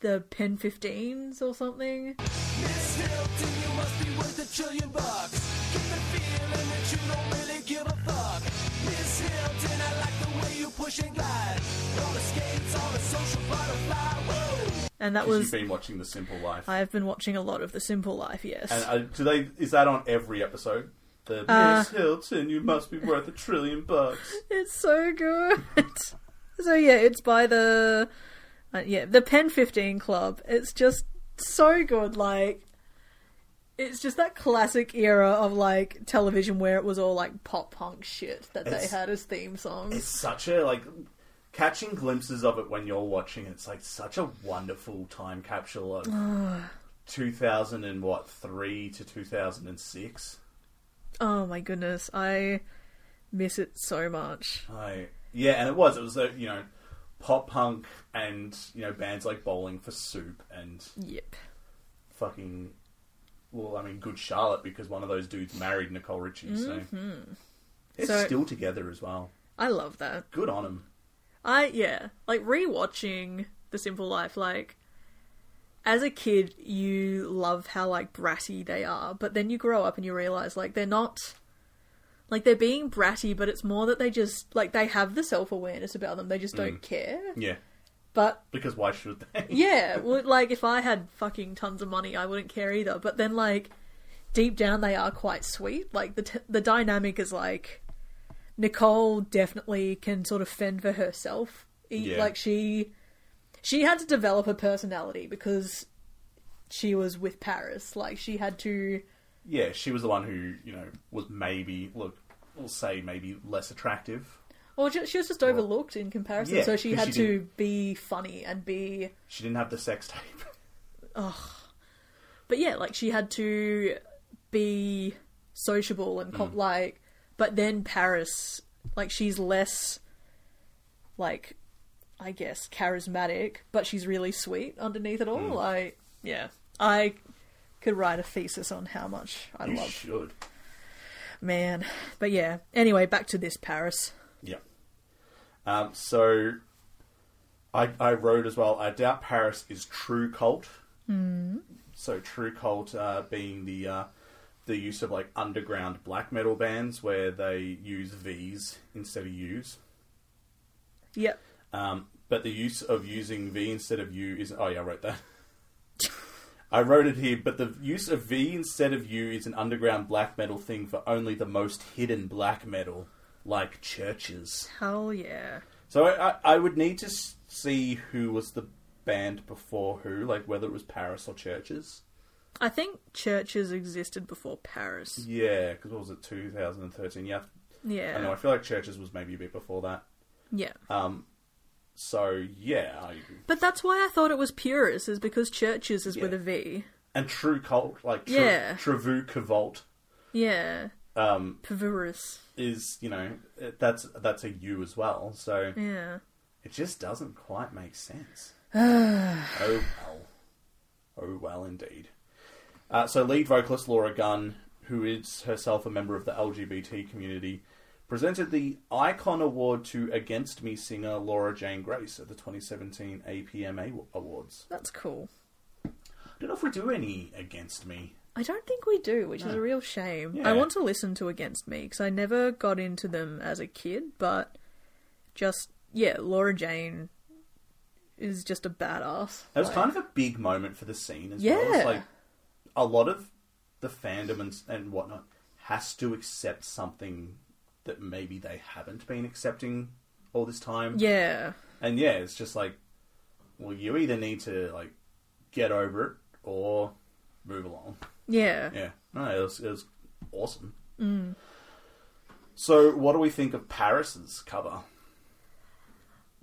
the Pen 15s or something?
Miss Hilton, you must be worth a trillion bucks. Get the feeling that you don't really give a fuck. Miss Hilton, I like the way you push and glide. Roller skates on a social butterfly. Whoa.
And that
you've
was.
been watching The Simple Life.
I've been watching a lot of The Simple Life, yes.
and uh, do they? Is that on every episode? The
Uh,
Miss Hilton, you must be worth a trillion bucks.
It's so good. (laughs) so yeah, it's by the uh, yeah the Pen Fifteen Club. It's just so good. Like it's just that classic era of like television where it was all like pop punk shit that
It's-
they had as theme songs.
It's such a like catching glimpses of it when you're watching. It's like such a wonderful time capsule of two thousand and what three to two thousand and six.
Oh my goodness, I miss it so much.
I yeah, and it was it was uh, you know pop punk and you know bands like Bowling for Soup and
Yep.
fucking well, I mean Good Charlotte because one of those dudes married Nicole Richie, so it's
So-
still together as well.
I love that.
Good on them.
I yeah, like rewatching The Simple Life, like as a kid you love how like bratty they are, but then you grow up and you realize like they're not like they're being bratty, but it's more that they just like they have the self awareness about them. They just don't care.
Yeah,
But
because why should they?
yeah, would like if I had fucking tons of money, I wouldn't care either. But then like deep down, they are quite sweet. Like the t- the dynamic is like Nicole definitely can sort of fend for herself. E-
Yeah.
Like she she had to develop her personality because she was with Paris. Like she had to.
yeah, she was the one who you know was maybe look, we'll say maybe less attractive.
Or ju- oh, she was just overlooked in comparison,
Yeah,
so she
'cause
had
she
to be funny and be
She didn't have the sex (laughs) tape.
but yeah, like she had to be sociable and
Mm.
comp- like, but then Paris, like she's less, like, I guess charismatic, but she's really sweet underneath it all.
Mm.
Like, yeah, I could write a thesis on how much I
you
love
should.
man, but yeah. Anyway, back to this Paris.
Yeah. Um, so I, I wrote as well. I doubt Paris is true cult.
Hmm.
So true cult uh, being the uh, the use of like underground black metal bands where they use V's instead of U's.
Yep.
Um, but the use of using V instead of U is oh yeah, I wrote that. (laughs) I wrote it here, but the use of V instead of U is an underground black metal thing for only the most hidden black metal, like churches.
Hell yeah.
So I, I, I would need to s- see who was the band before who, like whether it was Paris or Churches.
I think churches existed before Paris.
Yeah, because what was it, 2013? Yeah,
Yeah.
Mm. I know. I feel like Churches was maybe a bit before that.
Yeah.
So yeah, I,
But that's why I thought it was Purus, is because churches is with
Yeah.
a V.
and True Cult, like tra-
Yeah.
Trevu Cavolt
Yeah. Um Purus.
is you know it- that's that's a U as well. So
Yeah.
it just doesn't quite make sense. oh well, oh well indeed. Uh, so lead vocalist Laura Gunn, who is herself a member of the LGBT community, presented the Icon Award to Against Me singer Laura Jane Grace at the 2017 APMA Awards.
That's cool.
I don't know if we do any Against Me.
I don't think we do, which is a real shame.
Yeah.
I want to listen to Against Me because I never got into them as a kid, but just yeah, Laura Jane is just a badass.
It was kind of a big moment for the scene as well.
Yeah.
It's like a lot of the fandom and, and whatnot has to accept something that maybe they haven't been accepting all this time.
Yeah,
And yeah, it's just like, well, you either need to like get over it or move along.
yeah,
Yeah, no, it was, it was awesome.
Mm.
So, what do we think of Paris's cover?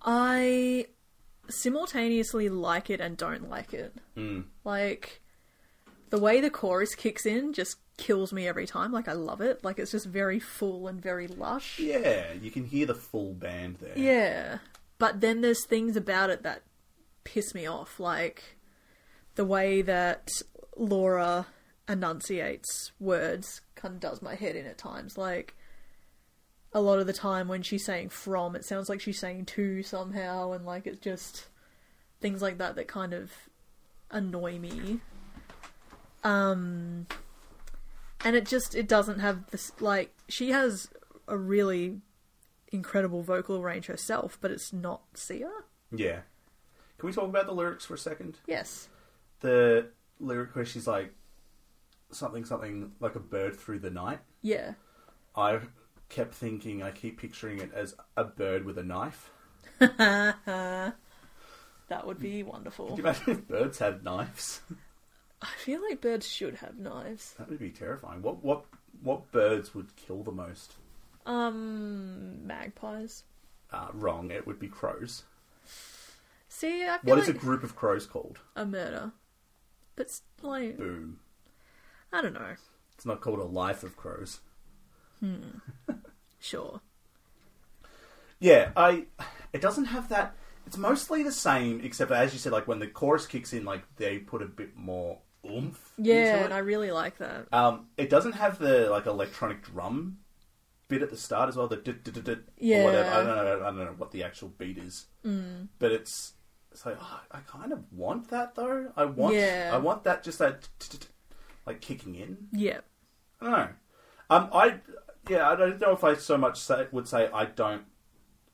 I simultaneously like it and don't like it. Like the way the chorus kicks in just kills me every time. Like I love it. Like it's just very full and very lush.
Yeah, you can hear the full band there.
Yeah. But then there's things about it that piss me off, like the way that Laura enunciates words kind of does my head in at times. Like a lot of the time when she's saying from, it sounds like she's saying to somehow, and like it's just things like that that kind of annoy me. Um, and it just it doesn't have this like she has a really incredible vocal range herself, but it's not Sia.
Yeah. Can we talk about the lyrics for a second?
Yes.
The lyric where she's like, something, something, like a bird through the night.
Yeah.
I kept thinking, I keep picturing it as a bird with a knife. (laughs)
That would be wonderful.
Can Hmm. you imagine if birds had knives? (laughs)
I feel like birds should have knives.
That would be terrifying. What, what, what birds would kill the most?
Um, magpies.
Uh, wrong, it would be crows.
See, I feel
What is
like
a group of crows called?
a murder. But it's like,
Boom.
I don't know.
It's not called a life of crows.
Sure.
Yeah, I. It doesn't have that. It's mostly the same, except as you said, like when the chorus kicks in, like they put a bit more oomph.
Yeah, and
into
I
it.
really like that.
Um, it doesn't have the like electronic drum bit at the start as well. The dit, dit, dit, dit,
Yeah.
or whatever. I don't know. I don't know what the actual beat is. Mm. But it's it's like oh, I kind of want that though. I want.
Yeah.
I want that just that dit, dit, dit, like kicking in.
Yeah.
I don't know. Um, I yeah, I don't know if I so much say, would say I don't.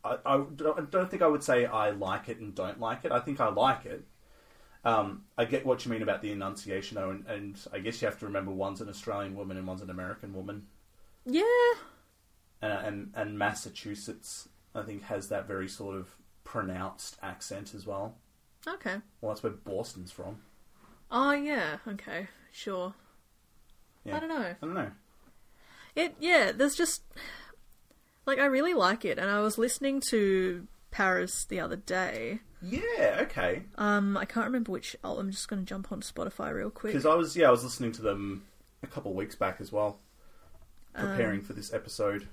I, I don't I don't think I would say I like it and don't like it. I think I like it. Um, I get what you mean about the enunciation, though, and, and I guess you have to remember one's an Australian woman and one's an American woman,
Yeah.
and and, and Massachusetts, I think, has that very sort of pronounced accent as well.
Okay.
Well, that's where Boston's from.
Oh, yeah. Okay. Sure.
Yeah.
I don't know.
I don't know.
It yeah, there's just like I really like it and I was listening to Paris the other day.
Yeah. Okay.
Um I can't remember which al- I'm just going to jump on Spotify real quick.
because I was yeah I was listening to them a couple of weeks back as well, preparing for this episode.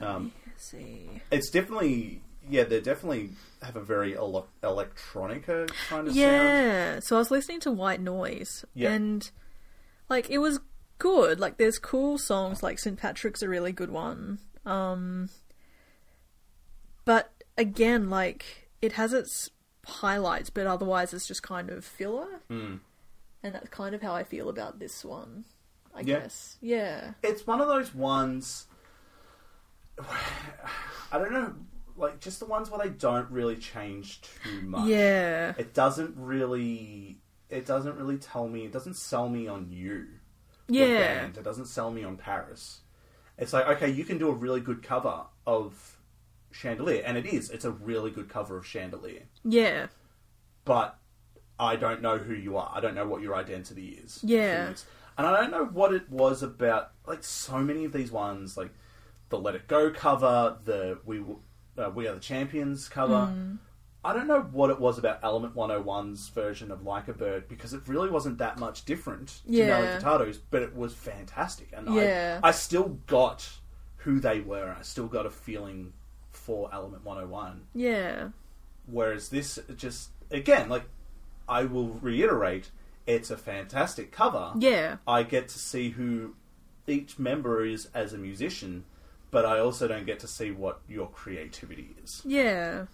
Um,
Let's see.
it's definitely yeah they definitely have a very ele- electronica kind of sound.
Yeah. So I was listening to White Noise
Yeah.
and like it was good. Like there's cool songs like St. Patrick's a really good one. Um but again like it has its highlights but otherwise it's just kind of filler.
Hmm.
And that's kind of how I feel about this one. I
Yeah.
guess. Yeah.
It's one of those ones. (sighs) I don't know, like just the ones where they don't really change too much.
Yeah.
it doesn't really. It doesn't really tell me. It doesn't sell me on you. the
Yeah.
band. It doesn't sell me on Paris. It's like, okay, you can do a really good cover of Chandelier, and it is. It's a really good cover of Chandelier.
Yeah.
But I don't know who you are. I don't know what your identity is.
Yeah.
And I don't know what it was about, like, so many of these ones, like the Let It Go cover, the We, Will- uh, we Are the Champions cover.
Hmm.
I don't know what it was about Element 101's version of Like a Bird because it really wasn't that much different to
Yeah.
Nelly Furtado's, but it was fantastic. And
Yeah.
I, I still got who they were. and I still got a feeling for Element 101.
Yeah.
Whereas this just, again, like, I will reiterate, it's a fantastic cover.
Yeah.
I get to see who each member is as a musician, but I also don't get to see what your creativity is.
Yeah.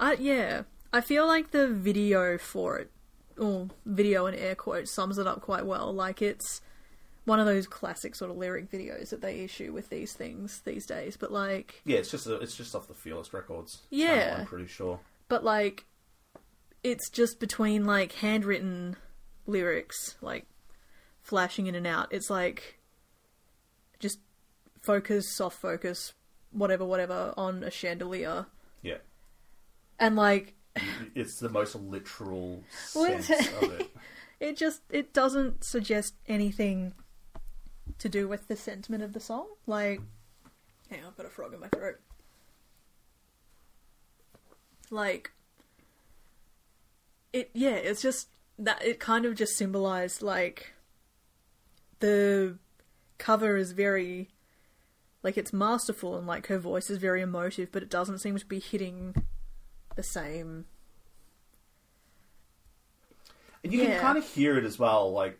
I yeah. I feel like the video for it or video in air quotes sums it up quite well. Like it's one of those classic sort of lyric videos that they issue with these things these days. But like,
Yeah, it's just it's just off the Fearless Records.
Yeah.
channel, I'm pretty sure.
but like, it's just between like handwritten lyrics, like flashing in and out. It's like just focus, soft focus, whatever, whatever, on a chandelier,
Yeah,
and like
it's the most literal
What?
sense of it.
it just it doesn't suggest anything to do with the sentiment of the song. Like, hang on, I've got a frog in my throat. Like, it yeah, it's just that it kind of just symbolized like the cover is very like it's masterful and like her voice is very emotive, but it doesn't seem to be hitting the same.
And you
Yeah.
can kind of hear it as well, like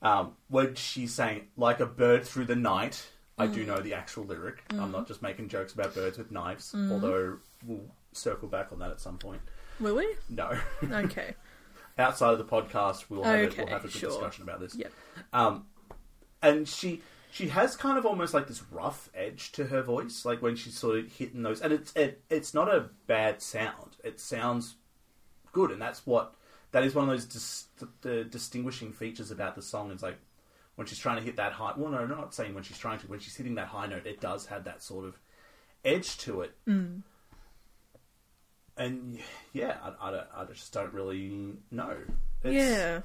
um, when she's saying, like a bird through the night. I do know the actual lyric.
Mm.
I'm not just making jokes about birds with knives, although we'll circle back on that at some point.
Will we?
No. (laughs)
Okay.
Outside of the podcast, we'll have, a,
Okay,
we'll have a good
sure.
discussion about this.
yep.
and she she has kind of almost like this rough edge to her voice, like when she's sort of hitting those, and it's it, it's not a bad sound. It sounds good, and that's what that is one of those dis, the distinguishing features about the song. Is like when she's trying to hit that high. Well, no, I'm not saying when she's trying to. When she's hitting that high note, it does have that sort of edge to it. And yeah, I, I, don't, I just don't really know. It's,
Yeah.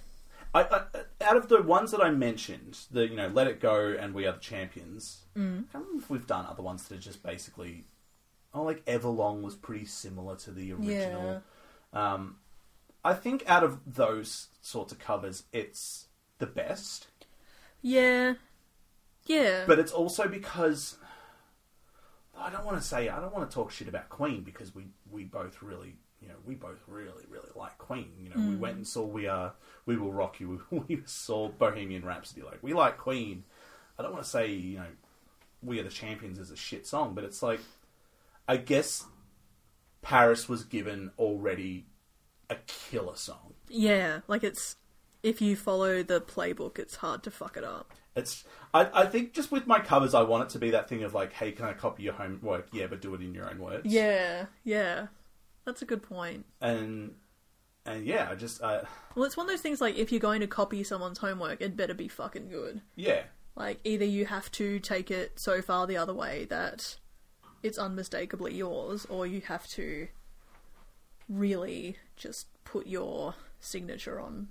I, I, out of the ones that I mentioned, the you know Let It Go and We Are the Champions. Mm. I don't know if we've done other ones that are just basically, oh, like Everlong was pretty similar to the original. Um, I think out of those sorts of covers, it's the best,
Yeah. Yeah.
but it's also because I don't want to say I don't want to talk shit about Queen because we we both really. You know, we both really, really like Queen. You know, we went and saw We Are, We Will Rock You. (laughs) We saw Bohemian Rhapsody. Like, we like Queen. I don't want to say you know we are the champions is a shit song, but it's like I guess Paris was given already a killer song.
yeah, like it's if you follow the playbook, it's hard to fuck it up.
It's I, I think just with my covers, I want it to be that thing of like, hey, can I copy your homework? Yeah, but do it in your own words.
Yeah, yeah. That's a good point.
and and yeah, I just uh,
Well, it's one of those things like if you're going to copy someone's homework, it better be fucking good.
yeah,
Like either you have to take it so far the other way that it's unmistakably yours, or you have to really just put your signature on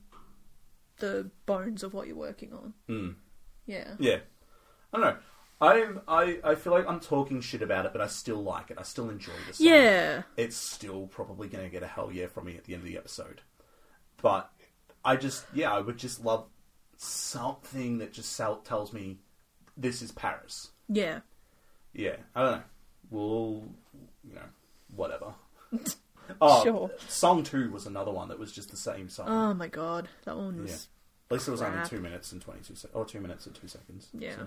the bones of what you're working on. Yeah.
yeah. I don't know. I'm I, I feel like I'm talking shit about it, but I still like it. I still enjoy this.
Yeah.
it's still probably going to get a hell yeah from me at the end of the episode. But I just, yeah, I would just love something that just sell, tells me this is Paris.
Yeah.
Yeah, I don't know. We'll, you know, whatever. oh,
(laughs) Sure.
Song two was another one that was just the same song.
Oh my god, that one
yeah.
was.
At least it was only
crap.
two minutes and twenty-two seconds, or two minutes and two seconds.
Yeah.
So-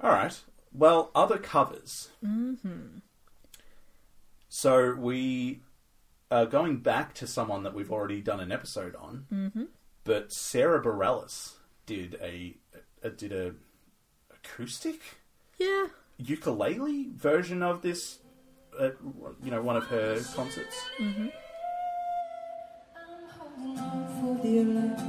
All right. Well, other covers. Mm-hmm. So we are going back to someone that we've already done an episode on, mm-hmm. but Sarah Bareilles did a, a did a acoustic
Yeah.
ukulele version of this. Uh, you know, one of her concerts.
for dear life.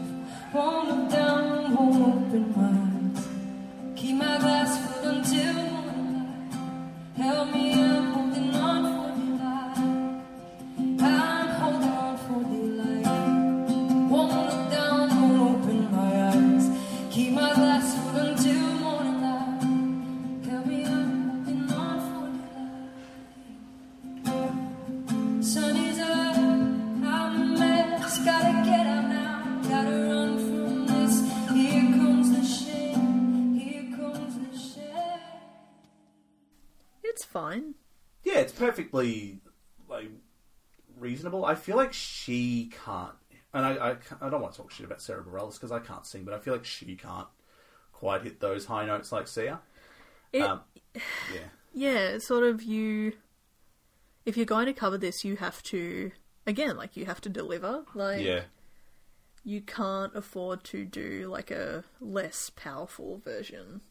Won't look down, won't open my eyes. Keep my glass full until I die. Help me, I'm holding on for dear life. I'm holding on for dear life. Won't look down, won't open my eyes. Keep my glass full until morning light. Help me, I'm holding on for dear life. Sun is up, I'm a mess. Gotta get out now, gotta run from this. Here comes the shame, here comes the shame.
It's fine.
Yeah, it's perfectly like reasonable. I feel like she can't, and I I, can't- I don't want to talk shit about Sarah Bareilles because I can't sing, but I feel like she can't quite hit those high notes like Sia.
It,
Um, yeah,
yeah, it's sort of you. If you're going to cover this, you have to again, like you have to deliver. Like,
yeah,
you can't afford to do like a less powerful version.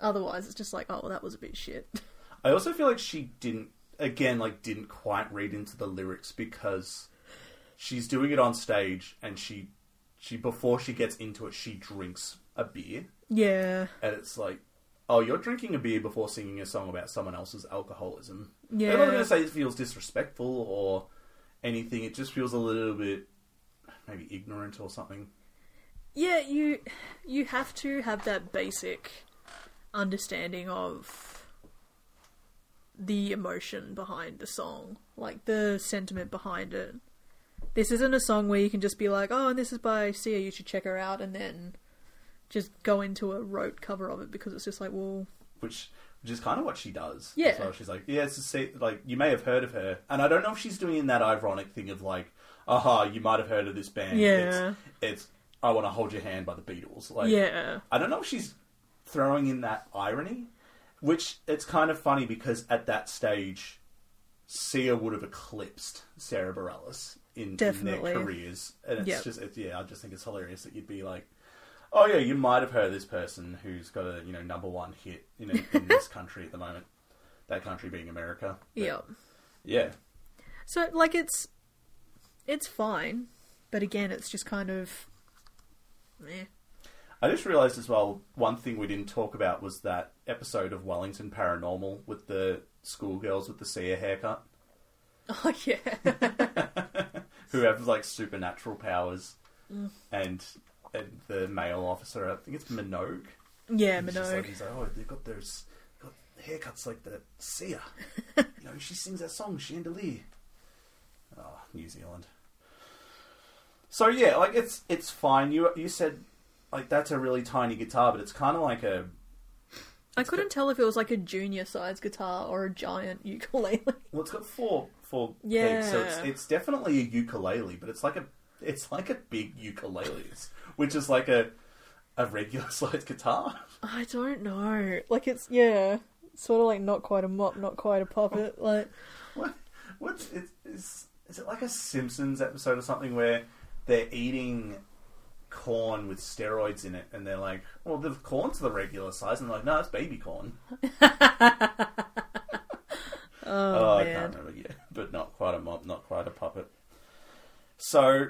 Otherwise, it's just like, oh, that was a bit shit. (laughs)
I also feel like she didn't again like didn't quite read into the lyrics because she's doing it on stage and she she before she gets into it she drinks a beer
yeah,
and it's like oh you're drinking a beer before singing a song about someone else's alcoholism.
Yeah.
I'm not going to say it feels disrespectful or anything. It just feels a little bit maybe ignorant or something.
yeah. You you have to have that basic understanding of the emotion behind the song, like the sentiment behind it. This isn't a song where you can just be like, oh, and this is by Sia, you should check her out, and then just go into a rote cover of it because it's just like, well,
which which is kind of what she does.
Yeah.
So she's like, yeah, it's a se- like you may have heard of her, and I don't know if she's doing that ironic thing of like, aha, you might have heard of this band.
Yeah.
It's, it's I want to hold your hand by the Beatles. Like,
yeah,
I don't know if she's throwing in that irony, which it's kind of funny because at that stage, Sia would have eclipsed Sarah Bareilles in, in
Definitely.
their careers, and it's
Yep.
just it's, yeah, I just think it's hilarious that you'd be like, oh yeah, you might have heard of this person who's got a you know number one hit you know
(laughs)
in this country at the moment, that country being America. But,
yeah.
yeah,
So like it's it's fine, but again, it's just kind of (laughs) eh.
I just realised as well, one thing we didn't talk about was that episode of Wellington Paranormal with the schoolgirls with the Sia haircut.
Oh yeah,
who have like supernatural powers, and and the male officer, I think it's Minogue.
yeah,
He's just like,
Minogue.
he's like, oh, they've got those got haircuts like the Sia. you know, she sings that song Chandelier. Oh, New Zealand. So yeah, like it's it's fine. You you said like that's a really tiny guitar, but it's kind of like a
I couldn't tell if it was like a junior sized guitar or a giant (laughs) ukulele.
well, it's got four four
Yeah.
pegs, so it's it's definitely a ukulele, but it's like a it's like a big ukulele, (laughs) which is like a a regular (laughs) sized guitar.
I don't know. Like it's yeah, sort of like not quite a mop, not quite a puppet. Like
What what's it's, is is it like a Simpsons episode or something where they're eating corn with steroids in it, and they're like, "Well, the corn's the regular size," and they're like, "No, it's baby corn."
(laughs)
(laughs)
oh,
Oh, I
man,
can't remember. Yeah, but not quite a mop, not quite a puppet. So,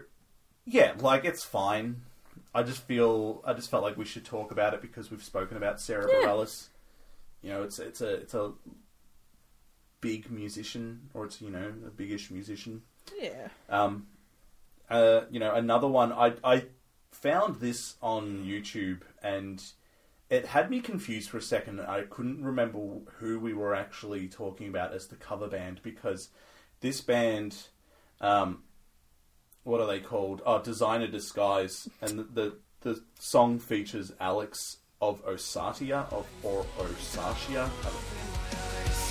yeah, like it's fine. I just feel I just felt like we should talk about it because we've spoken about Sarah
Yeah.
Bareilles. You know, it's it's a it's a big musician, or it's you know a bigish musician.
yeah,
Um, uh, you know, another one. I I found this on YouTube, and it had me confused for a second. I couldn't remember who we were actually talking about as the cover band because this band, um, what are they called? Oh, Designer Disguise, and the the, the song features Alex of Osatia of or Osatia. I don't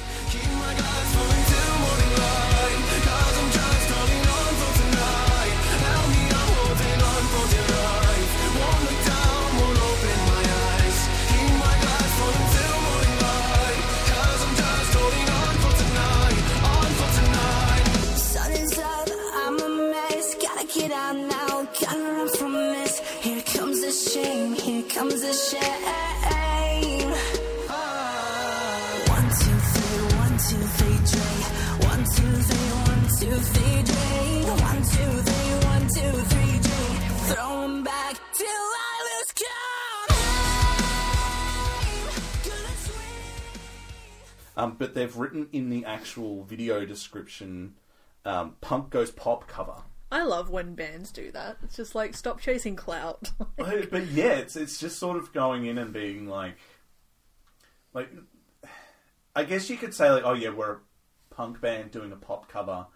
Sun is up, I'm a mess. Gotta get out now, gotta run from this. Here comes the shame, here comes the shame. One, two, three, one, two, three, drink. One, two, three, one, two, three, drink. One, two, three, one, two, three, drink. Throw 'em back till I lose count. Gonna swing.
Um, but they've written in the actual video description, um, "Punk Goes Pop" cover.
I love when bands do that. It's just like stop chasing clout. (laughs)
but but yeah, it's it's just sort of going in and being like, like, I guess you could say like, oh yeah, we're a punk band doing a pop cover,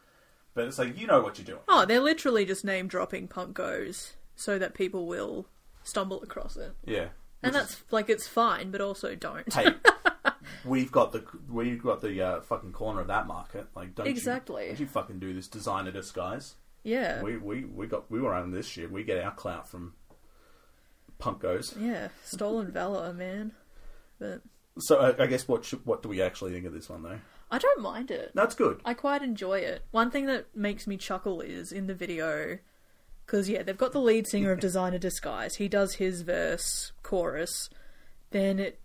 but it's like you know what you're doing.
oh, they're literally just name dropping punk goes so that people will stumble across it.
Yeah,
And that's like it's fine, but also don't.
hey, we've got the we've got the uh, fucking corner of that market. Like, don't
Exactly.
You, don't you fucking do this designer disguise?
Yeah.
We we we got we were on this shit. We get our clout from punk goes.
Yeah, stolen valor, man. But
So I, I guess what should, what do we actually think of this one though?
I don't mind it. (laughs)
That's good.
I quite enjoy it. One thing that makes me chuckle is in the video, Because, yeah, they've got the lead singer of Designer Disguise. He does his verse, chorus. Then it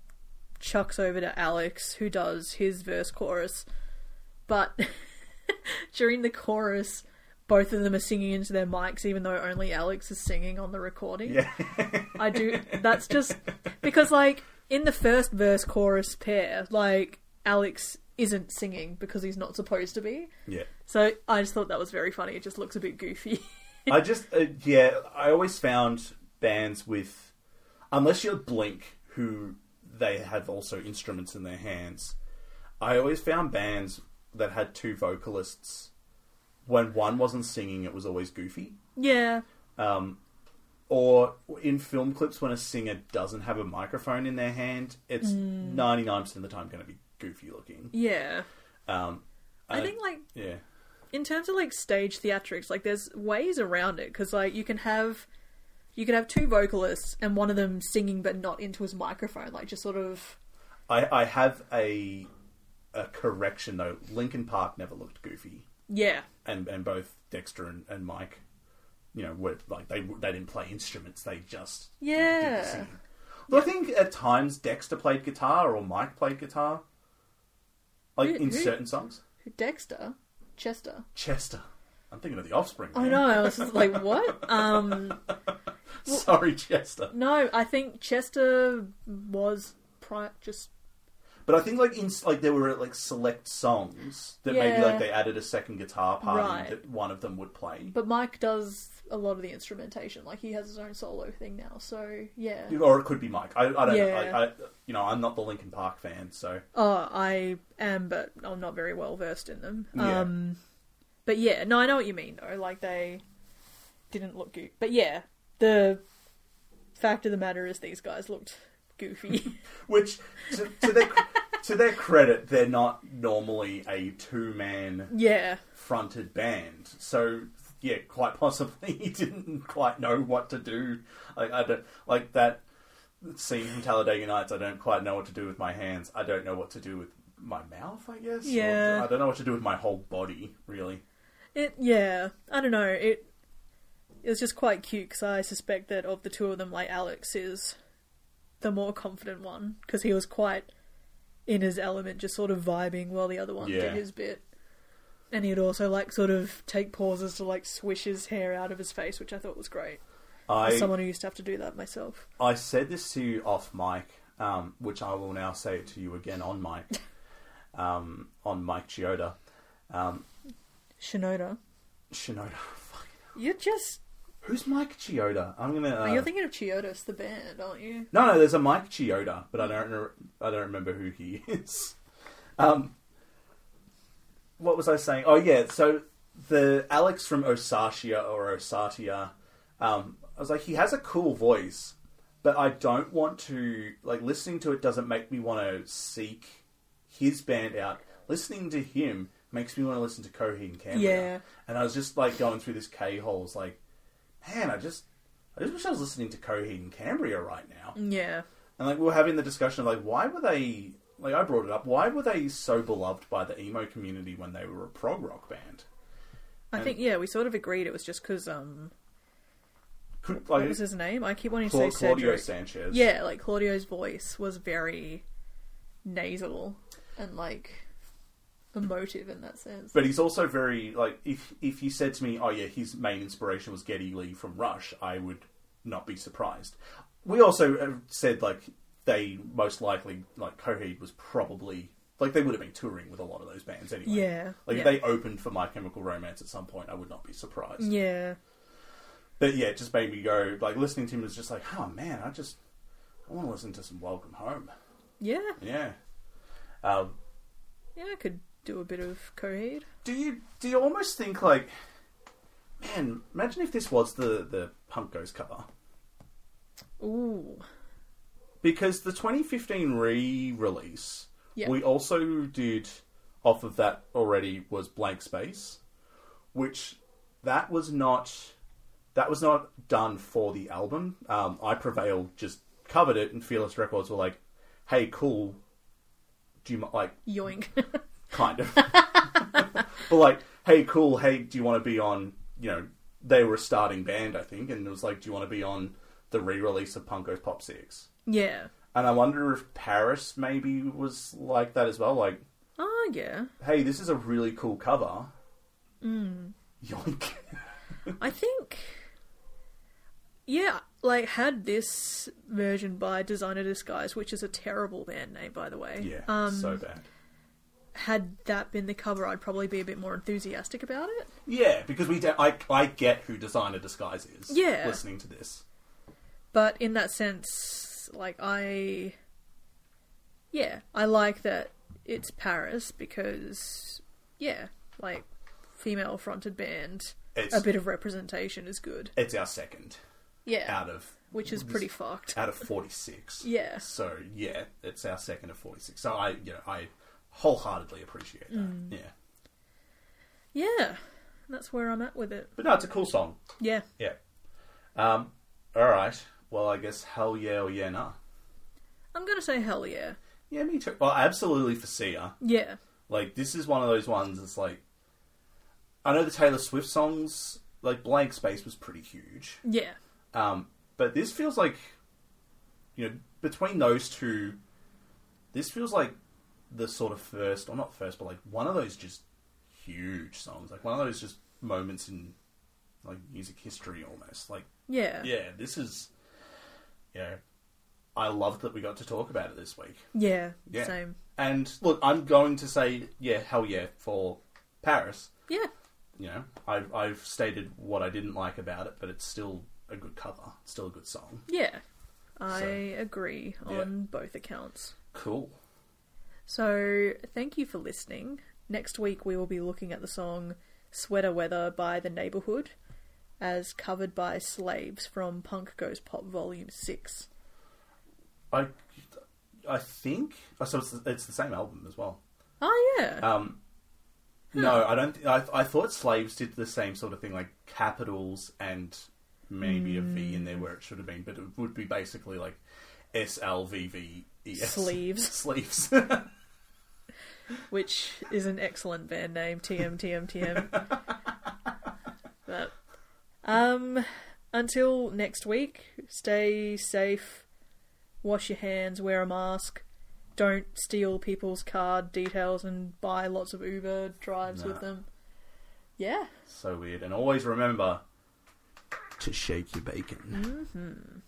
chucks over to Alex, who does his verse, chorus. But (laughs) during the chorus, both of them are singing into their mics, even though only Alex is singing on the recording.
Yeah.
I do. That's just because, like, in the first verse chorus pair, like, Alex isn't singing because he's not supposed to be.
yeah.
So I just thought that was very funny. It just looks a bit goofy. (laughs)
I just, uh, yeah, I always found bands with, unless you're Blink, who they have also instruments in their hands, I always found bands that had two vocalists. When one wasn't singing, it was always goofy.
yeah.
Or in film clips, when a singer doesn't have a microphone in their hand, it's 99% of the time going to be goofy looking.
Yeah.
Um,
I
uh,
think, like,
yeah.
in terms of like stage theatrics, like there's ways around it because like you can have you can have two vocalists and one of them singing but not into his microphone, like just sort of
I, I have a a correction though. Lincoln Park never looked goofy,
yeah,
and and both Dexter and, and Mike, you know, were like they they didn't play instruments. They just you know, did the
Yeah.
singing. Well, I think at times Dexter played guitar or Mike played guitar, like
Who-
in
who-
certain songs.
Dexter, Chester.
Chester, I'm thinking of the Offspring.
I
man.
know. I was just like, what? Um,
(laughs) Sorry, Chester.
no, I think Chester was pri- just
But I think like in like there were like select songs that maybe
Yeah.
like they added a second guitar part
Right.
in that one of them would play.
but Mike does a lot of the instrumentation. Like he has his own solo thing now. So yeah.
or it could be Mike. I, I don't.
Yeah.
I, I, you know, I'm not the Linkin Park fan, so
Oh, I am, but I'm not very well versed in them.
Yeah.
Um, but yeah, no, I know what you mean though. Like they didn't look goofy, but yeah, the fact of the matter is these guys looked goofy. (laughs)
which to, to their to their credit, they're not normally a two man
yeah,
fronted band. So yeah, quite possibly (laughs) he didn't quite know what to do. Like I don't like that scene from Talladega Nights. I don't quite know what to do with my hands. I don't know what to do with my mouth. I guess. Or
Yeah.
I don't know what to do with my whole body. Really.
it. Yeah, I don't know. It it was just quite cute because I suspect that of the two of them, like Alex is the more confident one because he was quite in his element, just sort of vibing while the other one
Yeah.
did his bit. And he'd also like sort of take pauses to like swish his hair out of his face, which I thought was great.
I
As someone who used to have to do that myself.
I said this to you off mic, um, which I will now say it to you again on mic, um, on Mike Chioda. Um,
Shinoda,
Shinoda. (laughs) Fuck.
you're just
Who's Mike Chioda? I'm gonna. Uh,
you're thinking of Chiodos, the band, aren't you?
no, no. There's a Mike Chioda, but I don't. re- I don't remember who he is. Um, what was I saying? Oh yeah. So the Alex from Osatia or Osatia. Um, I was like, he has a cool voice, but I don't want to like listening to it doesn't make me want to seek his band out. Listening to him makes me want to listen to Coheed and Cambria.
Yeah.
And I was just like going through this K hole. It's like, man, I just, I just wish I was listening to Coheed and Cambria right now.
Yeah,
And like we were having the discussion of like why were they like I brought it up, why were they so beloved by the emo community when they were a prog rock band?
I think yeah, we sort of agreed it was just because um,
Could
what
like
was his name? I keep wanting to
Cla-
say
Claudio
Cedric.
Sanchez.
Yeah, like Claudio's voice was very nasal and like emotive in that sense.
But he's also very like if if you said to me, Oh yeah, his main inspiration was Geddy Lee from Rush, I would not be surprised. We also uh, said like they most likely like Coheed was probably like they would have been touring with a lot of those bands anyway.
Yeah,
Like
yeah.
if they opened for My Chemical Romance at some point, I would not be surprised.
yeah,
But yeah, it just made me go like listening to him was just like, oh man, I just I want to listen to some Welcome Home.
yeah,
Yeah. Um,
yeah. I could do a bit of Coheed.
do you do you almost think like, man, imagine if this was the the Pump Goes cover
Ooh,
because the 2015 re-release
Yeah.
we also did off of that already was Blank Space, which that was not that was not done for the album. Um, I Prevail just covered it, and Fearless Records were like, "Hey, cool, do you mi- like
yoink. (laughs)
kind of, but like, hey, cool, hey, do you want to be on you know they were a starting band, I think, and it was like, do you want to be on the re-release of Punko's Pop Six?
Yeah.
And I wonder if Paris maybe was like that as well. Like,
Oh, yeah.
hey, this is a really cool cover.
Hmm.
Mm. Yoink. (laughs)
I think. Yeah, like, had this version by Designer Disguise, which is a terrible band name, by the way.
yeah,
Um,
so bad.
had that been the cover, I'd probably be a bit more enthusiastic about it.
Yeah, because we don't. I I get who Designer Disguise is.
Yeah.
listening to this.
But in that sense, like I, yeah, I like that it's Paris because, yeah, like female fronted band,
It's
a bit of representation is good.
it's our second
Yeah,
out of
which is pretty fucked.
out of forty six.
Yeah.
So yeah, it's our second of forty six. So I you know I wholeheartedly appreciate that.
Hmm.
Yeah.
Yeah, that's where I'm at with it.
But no, it's a cool song.
Yeah,
Yeah. Um. All right. Well, I guess hell yeah or yeah nah.
I'm gonna say hell yeah.
Yeah, me too. Well, absolutely for Sia.
Yeah,
Like this is one of those ones that's like I know the Taylor Swift songs like Blank Space was pretty huge.
yeah,
Um but this feels like you know between those two this feels like the sort of first or not first but like one of those just huge songs like one of those just moments in like music history almost like
yeah,
yeah this is you know I love that we got to talk about it this week.
yeah.
Yeah.
Same.
And look, I'm going to say, yeah, hell yeah, for Paris.
Yeah,
You know, I've, I've stated what I didn't like about it, but it's still a good cover. It's still a good song.
yeah. I
So-
agree
Yeah.
on both accounts.
Cool.
So, thank you for listening. Next week, we will be looking at the song Sweater Weather by The Neighborhood, as covered by Slaves from Punk Goes Pop Volume 6.
I, I think. Oh, so it's, it's the same album as well.
Oh, yeah.
Um, No, I don't. Th- I, I thought Slaves did the same sort of thing, like capitals and maybe a V in there where it should have been, but it would be basically like S L V V E S.
Sleeves.
Sleeves.
Which is an excellent band name, TM, TM, TM. but, um, until next week, stay safe, wash your hands, wear a mask. Don't steal people's card details and buy lots of Uber drives with
Nah.
them. Yeah.
So weird. And always remember to shake your bacon.